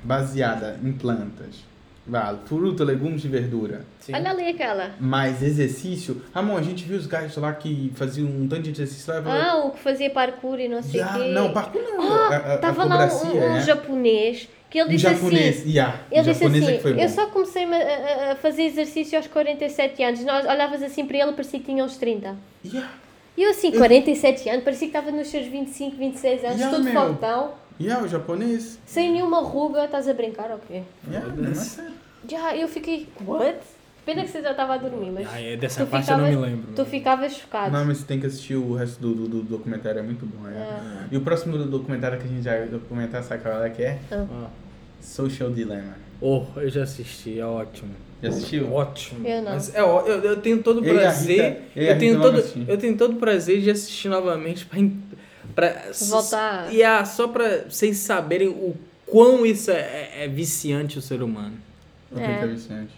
[SPEAKER 2] baseada em plantas, vale, fruta, legumes e verdura,
[SPEAKER 3] Sim.
[SPEAKER 4] Olha ali aquela.
[SPEAKER 2] mais exercício. Ramon, a gente viu os gajos lá que faziam um tanto de exercício lá e falou,
[SPEAKER 4] Ah, o que fazia parkour e não sei o
[SPEAKER 2] "Ya,
[SPEAKER 4] quê.
[SPEAKER 2] não, parkour não,
[SPEAKER 4] Ah,
[SPEAKER 2] a, a, a
[SPEAKER 4] Tava lá um,
[SPEAKER 2] cobracia,
[SPEAKER 4] um
[SPEAKER 2] né?
[SPEAKER 4] japonês que ele
[SPEAKER 2] Um
[SPEAKER 4] disse
[SPEAKER 2] japonês,
[SPEAKER 4] assim.
[SPEAKER 2] ya, um
[SPEAKER 4] Ele disse
[SPEAKER 2] japonês é
[SPEAKER 4] assim,
[SPEAKER 2] que foi bom.
[SPEAKER 4] eu só comecei a, a- a fazer exercício aos 47 anos. Nós olhavas assim para ele, parecia que tinha uns 30.
[SPEAKER 2] Ya,
[SPEAKER 4] E eu assim, 47 anos, parecia que estava nos seus 25, 26 anos,
[SPEAKER 2] Ya,
[SPEAKER 4] todo
[SPEAKER 2] meu.
[SPEAKER 4] fortão,
[SPEAKER 2] ya, o japonês,
[SPEAKER 4] sem nenhuma ruga, estás a brincar ou quê?
[SPEAKER 2] ya, não é sério.
[SPEAKER 4] Já, eu fiquei, what? Pena que você já estava a dormir, mas
[SPEAKER 3] Ah, é, dessa parte eu não me lembro.
[SPEAKER 4] tu ficavas chocado.
[SPEAKER 2] Não, mas você tem que assistir o resto do, do, do documentário, é muito bom. É. E o próximo do- documentário que a gente vai documentar, sabe qual é que é?
[SPEAKER 3] Ah.
[SPEAKER 2] Social Dilemma.
[SPEAKER 3] Oh, eu já assisti, é ótimo.
[SPEAKER 2] Já assistiu?
[SPEAKER 3] Ótimo.
[SPEAKER 4] Eu não.
[SPEAKER 3] Mas é, ó, eu, eu tenho todo o
[SPEAKER 2] Eu e a
[SPEAKER 3] prazer.
[SPEAKER 2] Rita- eu e a
[SPEAKER 3] Eu tenho,
[SPEAKER 2] Rita vamos
[SPEAKER 3] todo,
[SPEAKER 2] assistir.
[SPEAKER 3] eu tenho todo o prazer de assistir novamente pra. en- pra
[SPEAKER 4] Voltar.
[SPEAKER 3] E a, só pra vocês saberem o quão isso é, é- é viciante o ser humano.
[SPEAKER 2] O que
[SPEAKER 4] É.
[SPEAKER 2] que é Vicente?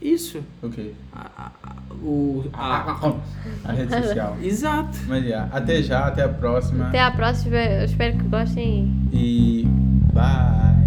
[SPEAKER 3] Isso.
[SPEAKER 2] Ok.
[SPEAKER 3] A- a- a- o,
[SPEAKER 2] Ah.
[SPEAKER 3] a-
[SPEAKER 2] A rede social.
[SPEAKER 3] exato.
[SPEAKER 2] Mas já, até já, até a próxima.
[SPEAKER 4] Até à próxima, eu espero que gostem e
[SPEAKER 2] E bye. Uhum.